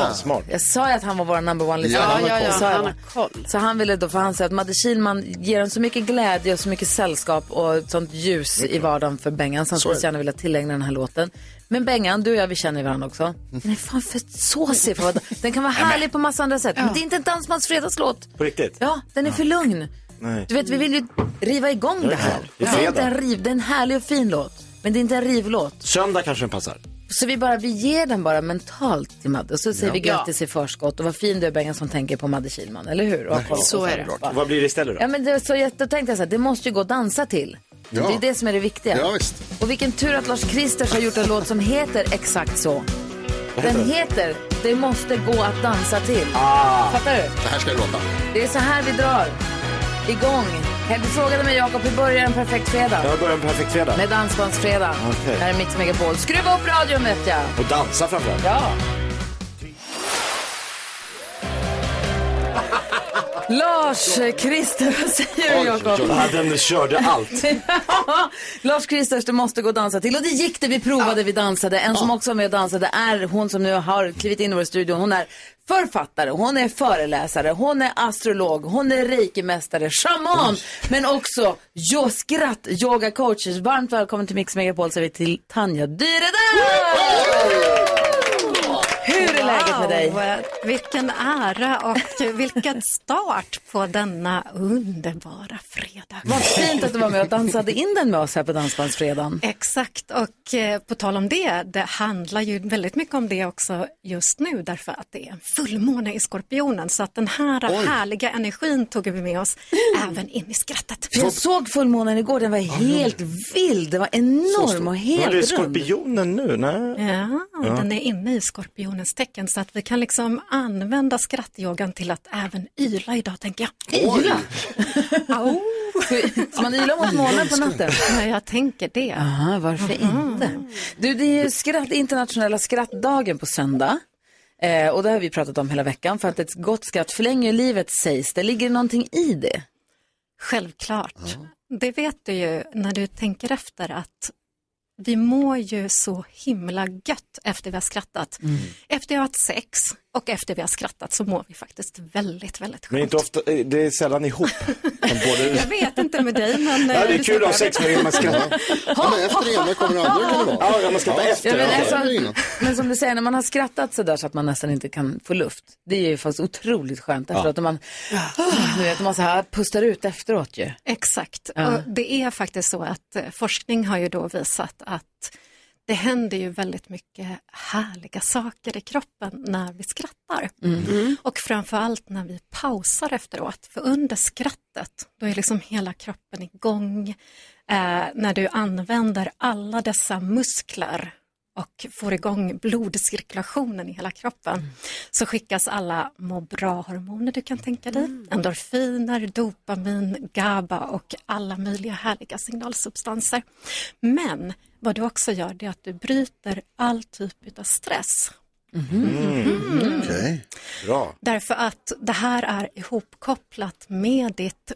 Ja, smart.
Jag sa ju att han var vår number one
Ja,
listener.
han har Ja, ja, koll.
Sa jag,
han
va?
har
Så han ville då, för han säger att Madde Kilman ger en så mycket glädje och så mycket sällskap och ett sånt ljus i vardagen för Bengan så han
Så är
skulle
det.
gärna vilja tillägna den här låten. Men Bengan, du och jag vi känner varandra också. Den är fan för såsig. För att, den kan vara härlig på massa andra sätt. Men det är inte en dansmans fredagslåt.
På riktigt?
Ja, den är för lugn.
Nej.
Du vet, vi vill ju riva igång
Ja,
det här.
det är
Det är inte
fredag.
en riv, det är en härlig och fin låt. Men det är inte en rivlåt.
Söndag kanske den passar.
Så vi, bara, vi ger den bara mentalt till Madde och så säger
Ja.
vi grattis i förskott och vad fin du är Bengan som tänker på Madde Kilman, eller hur? Och har koll på oss allihopa.
Vad blir det istället då?
Ja, men det, så jag, då tänkte jag så här, det måste ju gå att dansa till.
Ja.
Det är det som är det viktiga.
Ja, visst.
Och vilken tur att Lars Kristers har gjort en låt som heter exakt så.
Vad heter
Den
den?
heter Det måste gå att dansa till.
Ah.
Fattar du?
Det här ska jag låta.
Det är så här vi drar igång. Du frågade mig Jakob, hur börjar en perfekt fredag?
Jag börjar med perfekt fredag.
Med Dansbandsfredag.
Okej.
Här är Mix Megapol. Skruva upp radion vet jag.
Och dansa framförallt.
Ja. Lars, Christer, vad säger du Jakob?
Ja, den körde
(laughs)
allt.
Ja, Lars Kristers, det måste gå att dansa till. Och det gick det, vi provade, vi dansade. En som också var med och dansade är hon som nu har klivit in i vår studio. Hon är författare, hon är föreläsare, hon är astrolog, hon är reikimästare, shaman, men också jo, skratt yoga coaches. Varmt välkommen till Mix Megapol säger vi till Tanja Dyredal! Hur är läget med dig?
Wow, vilken ära och vilken start på denna underbara fredag.
Vad fint att du var med och dansade in den med oss här på Dansbandsfredagen.
Exakt, och eh, på tal om det, det handlar ju väldigt mycket om det också just nu därför att det är en fullmåne i Skorpionen så att den här
Oj. Mm.
härliga energin tog vi med oss även in i skrattet.
Jag såg fullmånen igår, den var helt vild. Den var enorm och
Var det
helt rund.
skorpionen nu? Nej.
Ja,
Ja.
den är inne i skorpionens tecken så att vi kan liksom använda skrattyogan till att även yla idag tänker jag.
(laughs)
Yla?
Så man ylar mot månen på natten?
Ja, jag tänker det. Mhm.
Aha, varför inte? Du, det är ju skratt, internationella skrattdagen på söndag. Eh, och det har vi pratat om hela veckan, för att ett gott skratt förlänger livet sägs det. Ligger det någonting i det?
Självklart. Det vet du ju när du tänker efter att
Mm.
vi mår ju så himla gött efter vi har skrattat. Efter jag har haft sex, Och efter vi har skrattat så mår vi faktiskt väldigt, väldigt
Men inte ofta, eh, det är
(laughs)
sällan ihop. Men både...
Jag vet inte med dig men...
Ja, det
eh,
är kul att ha sex med innan
(laughs)
man skrattar.
Ja, men efter det ena kommer det andra kan det vara.
Ja, man skrattar efter.
Ja, men,
okej.
alltså, men som du säger, när man har skrattat så där så att man nästan inte kan få luft. Det är ju faktiskt otroligt skönt efteråt. Ja. Man, du vet, man så här pustar ut efteråt ju.
Exakt,
Ja.
och det är faktiskt så att eh, forskning har ju då visat att det händer ju väldigt mycket härliga saker i kroppen när vi skrattar.
Mm.
Och framförallt när vi pausar efteråt, för under skrattet då är liksom hela kroppen igång. Eh, när du använder alla dessa muskler och får igång blodcirkulationen i hela kroppen så skickas alla må bra-hormoner du kan tänka dig. Endorfiner, dopamin, GABA och alla möjliga härliga signalsubstanser. Men vad du också gör det är att du bryter all typ av stress.
Mm-hmm.
Mm. Okej.
Bra.
Därför att det här är ihopkopplat med ditt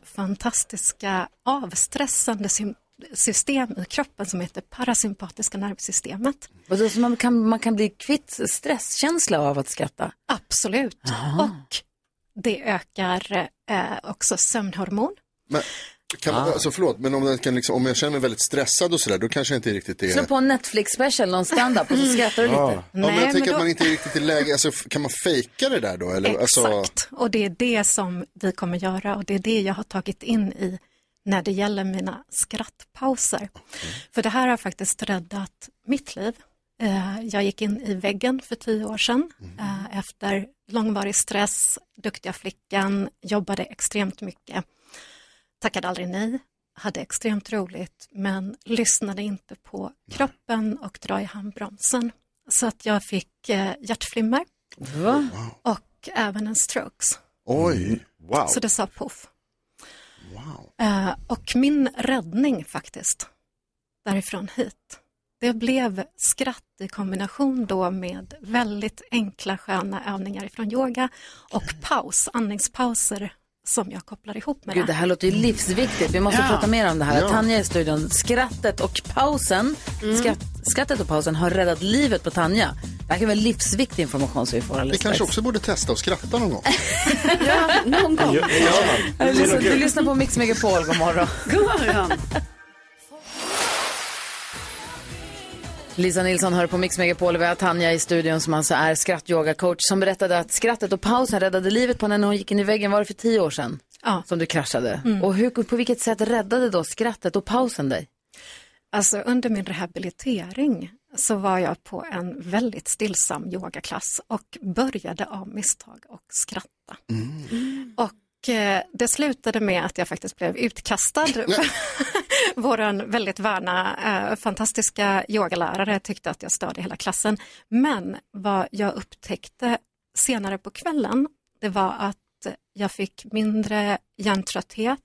fantastiska avstressande sym- system i kroppen som heter parasympatiska nervsystemet.
Och då, så man, kan, man kan bli kvitt stresskänsla av att skratta.
Absolut. Och det ökar eh, också sömnhormon.
Men, kan man,
Ah.
alltså, förlåt, men om, den kan liksom, om jag känner mig väldigt stressad och sådär, då kanske jag inte riktigt är...
Slå på en Netflix-special, någon stand-up och så skrattar du lite.
Ah.
Ja, men jag
Nej,
tänker
men
att man
då-
inte är riktigt i läge, alltså, f- kan man fejka det där då? Eller, Alltså,
Exakt, och det är det som vi kommer göra och det är det jag har tagit in i när det gäller mina skrattpauser. För det här har faktiskt räddat mitt liv. Eh, Jag gick in i väggen för tio år sedan eh, efter långvarig stress, duktiga flickan, jobbade extremt mycket, tackade aldrig nej, hade extremt roligt men lyssnade inte på kroppen och dra i handbromsen. Så att jag fick eh, hjärtflimmer och även en strokes.
Oj, wow.
Så det sa poff. Eh, och min räddning faktiskt, därifrån hit, det blev skratt i kombination då med väldigt enkla sköna övningar ifrån yoga och paus, andningspauser som jag kopplar ihop med
Gud, det här låter ju livsviktigt. Vi måste
Ja.
prata mer om det här.
Ja.
Tanja är i studion. Skrattet och pausen,
Mm.
skratt, skrattet och pausen har räddat livet på Tanja. Det här kan vara livsviktig information som vi får
vi
alldeles
kanske
strax.
också borde testa att
(laughs)
skratta någon gång.
Ja, någon gång.
Ja, det gör man.
Du
Det är
lyssnar,
nog
du
kul.
lyssnar på Mix Megapol. God morgon.
God morgon.
Lisa Nilsson hör på Mix Megapol och vi har Tanja i studion som alltså är skrattyogacoach som berättade att skrattet och pausen räddade livet på henne när hon gick in i väggen. Var det för tio år sedan?
Ja. Mm.
Som du kraschade. Och hur, på vilket sätt räddade då skrattet och pausen dig?
Alltså under min rehabilitering så var jag på en väldigt stillsam yogaklass och började av misstag och skratta.
Mm.
Och eh, det slutade med att jag faktiskt blev utkastad. (laughs) Vår väldigt värna, eh, fantastiska yogalärare tyckte att jag störde hela klassen. Men vad jag upptäckte senare på kvällen, det var att jag fick mindre hjärntrötthet,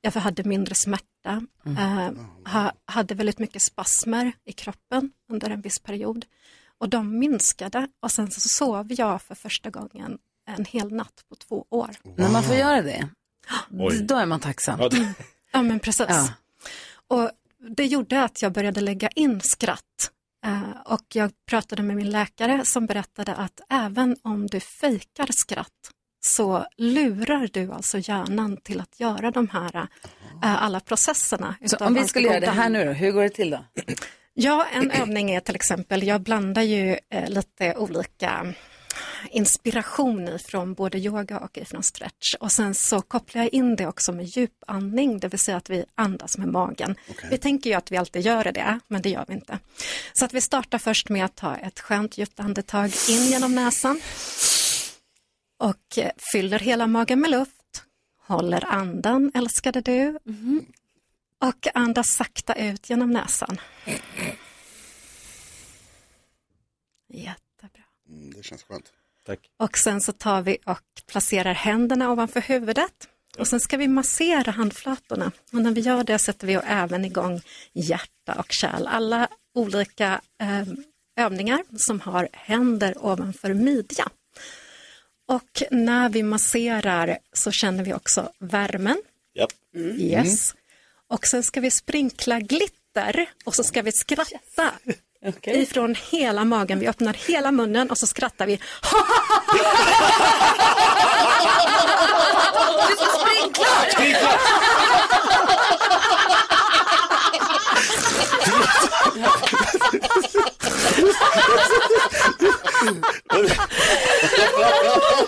jag hade mindre smärta, eh, ha, hade väldigt mycket spasmer i kroppen under en viss period. Och de minskade och sen så sov jag för första gången en hel natt på två år.
När man får göra det,
Oj.
då är man tacksam. (laughs)
Ja, det- Ja, men precis. Och det gjorde att jag började lägga in skratt. Eh, och jag pratade med min läkare som berättade att även om du fejkar skratt så lurar du alltså hjärnan till att göra de här eh, alla processerna.
Så
utav
om vi
allt
skulle göra det
goda.
här nu då, hur går det till då?
Ja, en övning är till exempel, jag blandar ju eh, lite olika inspiration från både yoga och ifrån stretch och sen så kopplar jag in det också med djupandning, det vill säga att vi andas med magen. Vi tänker ju att vi alltid gör det, men det gör vi inte. Så att vi startar först med att ta ett skönt djupt andetag in genom näsan och eh, fyller hela magen med luft, håller andan, älskade du, och andas sakta ut genom näsan. Jättebra.
Mm, Det känns skönt.
Tack.
Och sen så tar vi och placerar händerna ovanför huvudet. Och sen ska vi massera handflatorna. Och när vi gör det sätter vi även igång hjärta och kärl. Alla olika eh, övningar som har händer ovanför midja. Och när vi masserar så känner vi också värmen.
Japp. Mm.
Yes. Och sen ska vi sprinkla glitter och så ska vi skratta ifrån hela magen. Vi öppnar hela munnen och så skrattar vi. (laughs)
Du ska sprinkla!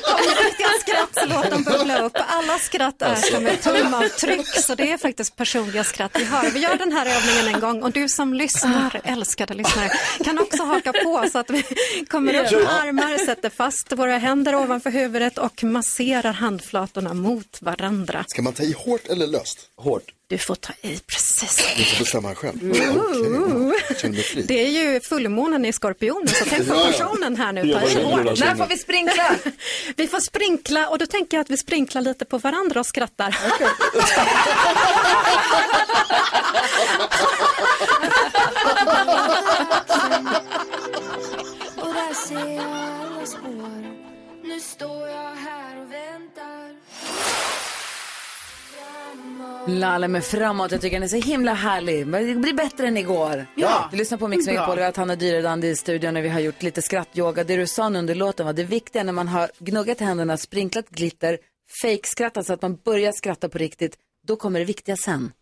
Om riktiga skratt så låt dem bubbla upp. Alla skratt är som ett tumavtryck så det är faktiskt personliga skratt vi har. Vi gör den här övningen en gång och du som lyssnar, älskade lyssnare, kan också haka på så att vi kommer upp med armar, sätter fast våra händer ovanför huvudet och masserar handflatorna mot varandra.
Ska man ta i hårt eller löst? Hårt.
Du får ta i precis.
Du får bestämma själv.
Ooh.
Jag känner mig fri.
Det är ju fullmånen i Skorpionen, så tänk på
Ja, ja.
personen här nu.
Ja,
Ta i
verkligen,
hårt.
verkligen. När får
vi sprinkla?
(laughs) vi får sprinkla och då tänker jag att vi sprinklar lite på varandra och skrattar.
Och där ser jag alla spår Nu står jag här och väntar
Lalle med framåt. Jag tycker den är så himla härlig. Men Det blir bättre än igår.
Ja.
Du lyssnar på Mix
Bra.
Megapol. Vi har haft Hanna Dyredand i studion när vi har gjort lite skrattyoga. Det du sa nu under låten var det viktiga när man har gnuggat händerna, sprinklat glitter, fejkskrattat så att man börjar skratta på riktigt. Då kommer det viktiga sen.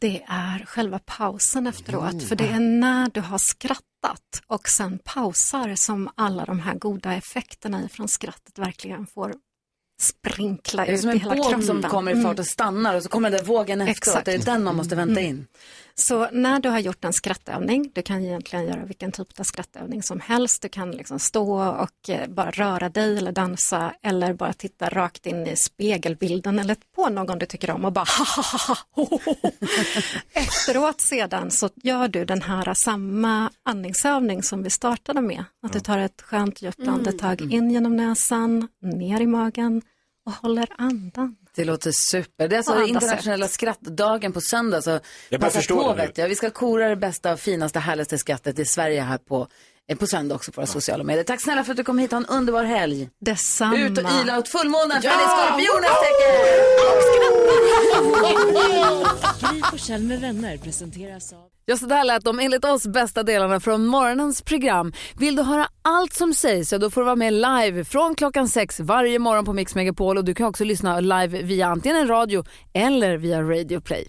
Det är själva pausen efteråt,
Mm.
för det är när du har skrattat och sen pausar som alla de här goda effekterna från skrattet verkligen får sprinkla
Det är
ut
som
i
en
hela
båt
kroppen.
som kommer i fart
Mm.
och stannar och så kommer den där vågen efteråt.
Exakt.
Det är den man måste vänta
Mm.
in.
Så när du har gjort en skrattövning, du kan egentligen göra vilken typ av skrattövning som helst, du kan liksom stå och eh, bara röra dig eller dansa eller bara titta rakt in i spegelbilden eller på någon du tycker om och bara ha, ha, ha, ha, ho, ho, ho. Efteråt sedan så gör du den här samma andningsövning som vi startade med, att du tar ett skönt djupt
Mm.
andetag in genom näsan, ner i magen och håller andan.
Det låter super. Det är
På
alltså
andra
internationella skrattdagen på söndag. Så
börjar
passa på,
förstå det nu.
vet jag. Vi ska kora det bästa, och finaste, härligaste skrattet i Sverige här på, eh, på söndag också på våra sociala medier. Tack snälla för att du kom hit. Ha en underbar helg.
Detsamma.
Ut och ila åt fullmånen för
Ja!
det är skorpionens
Gry Forssell med vänner presenteras av
Ja, så där lät de enligt oss bästa delarna från morgonens program. Vill du höra allt som sägs så då får du vara med live från klockan sex varje morgon på Mix Megapol och du kan också lyssna live via antingen en radio eller via Radio Play.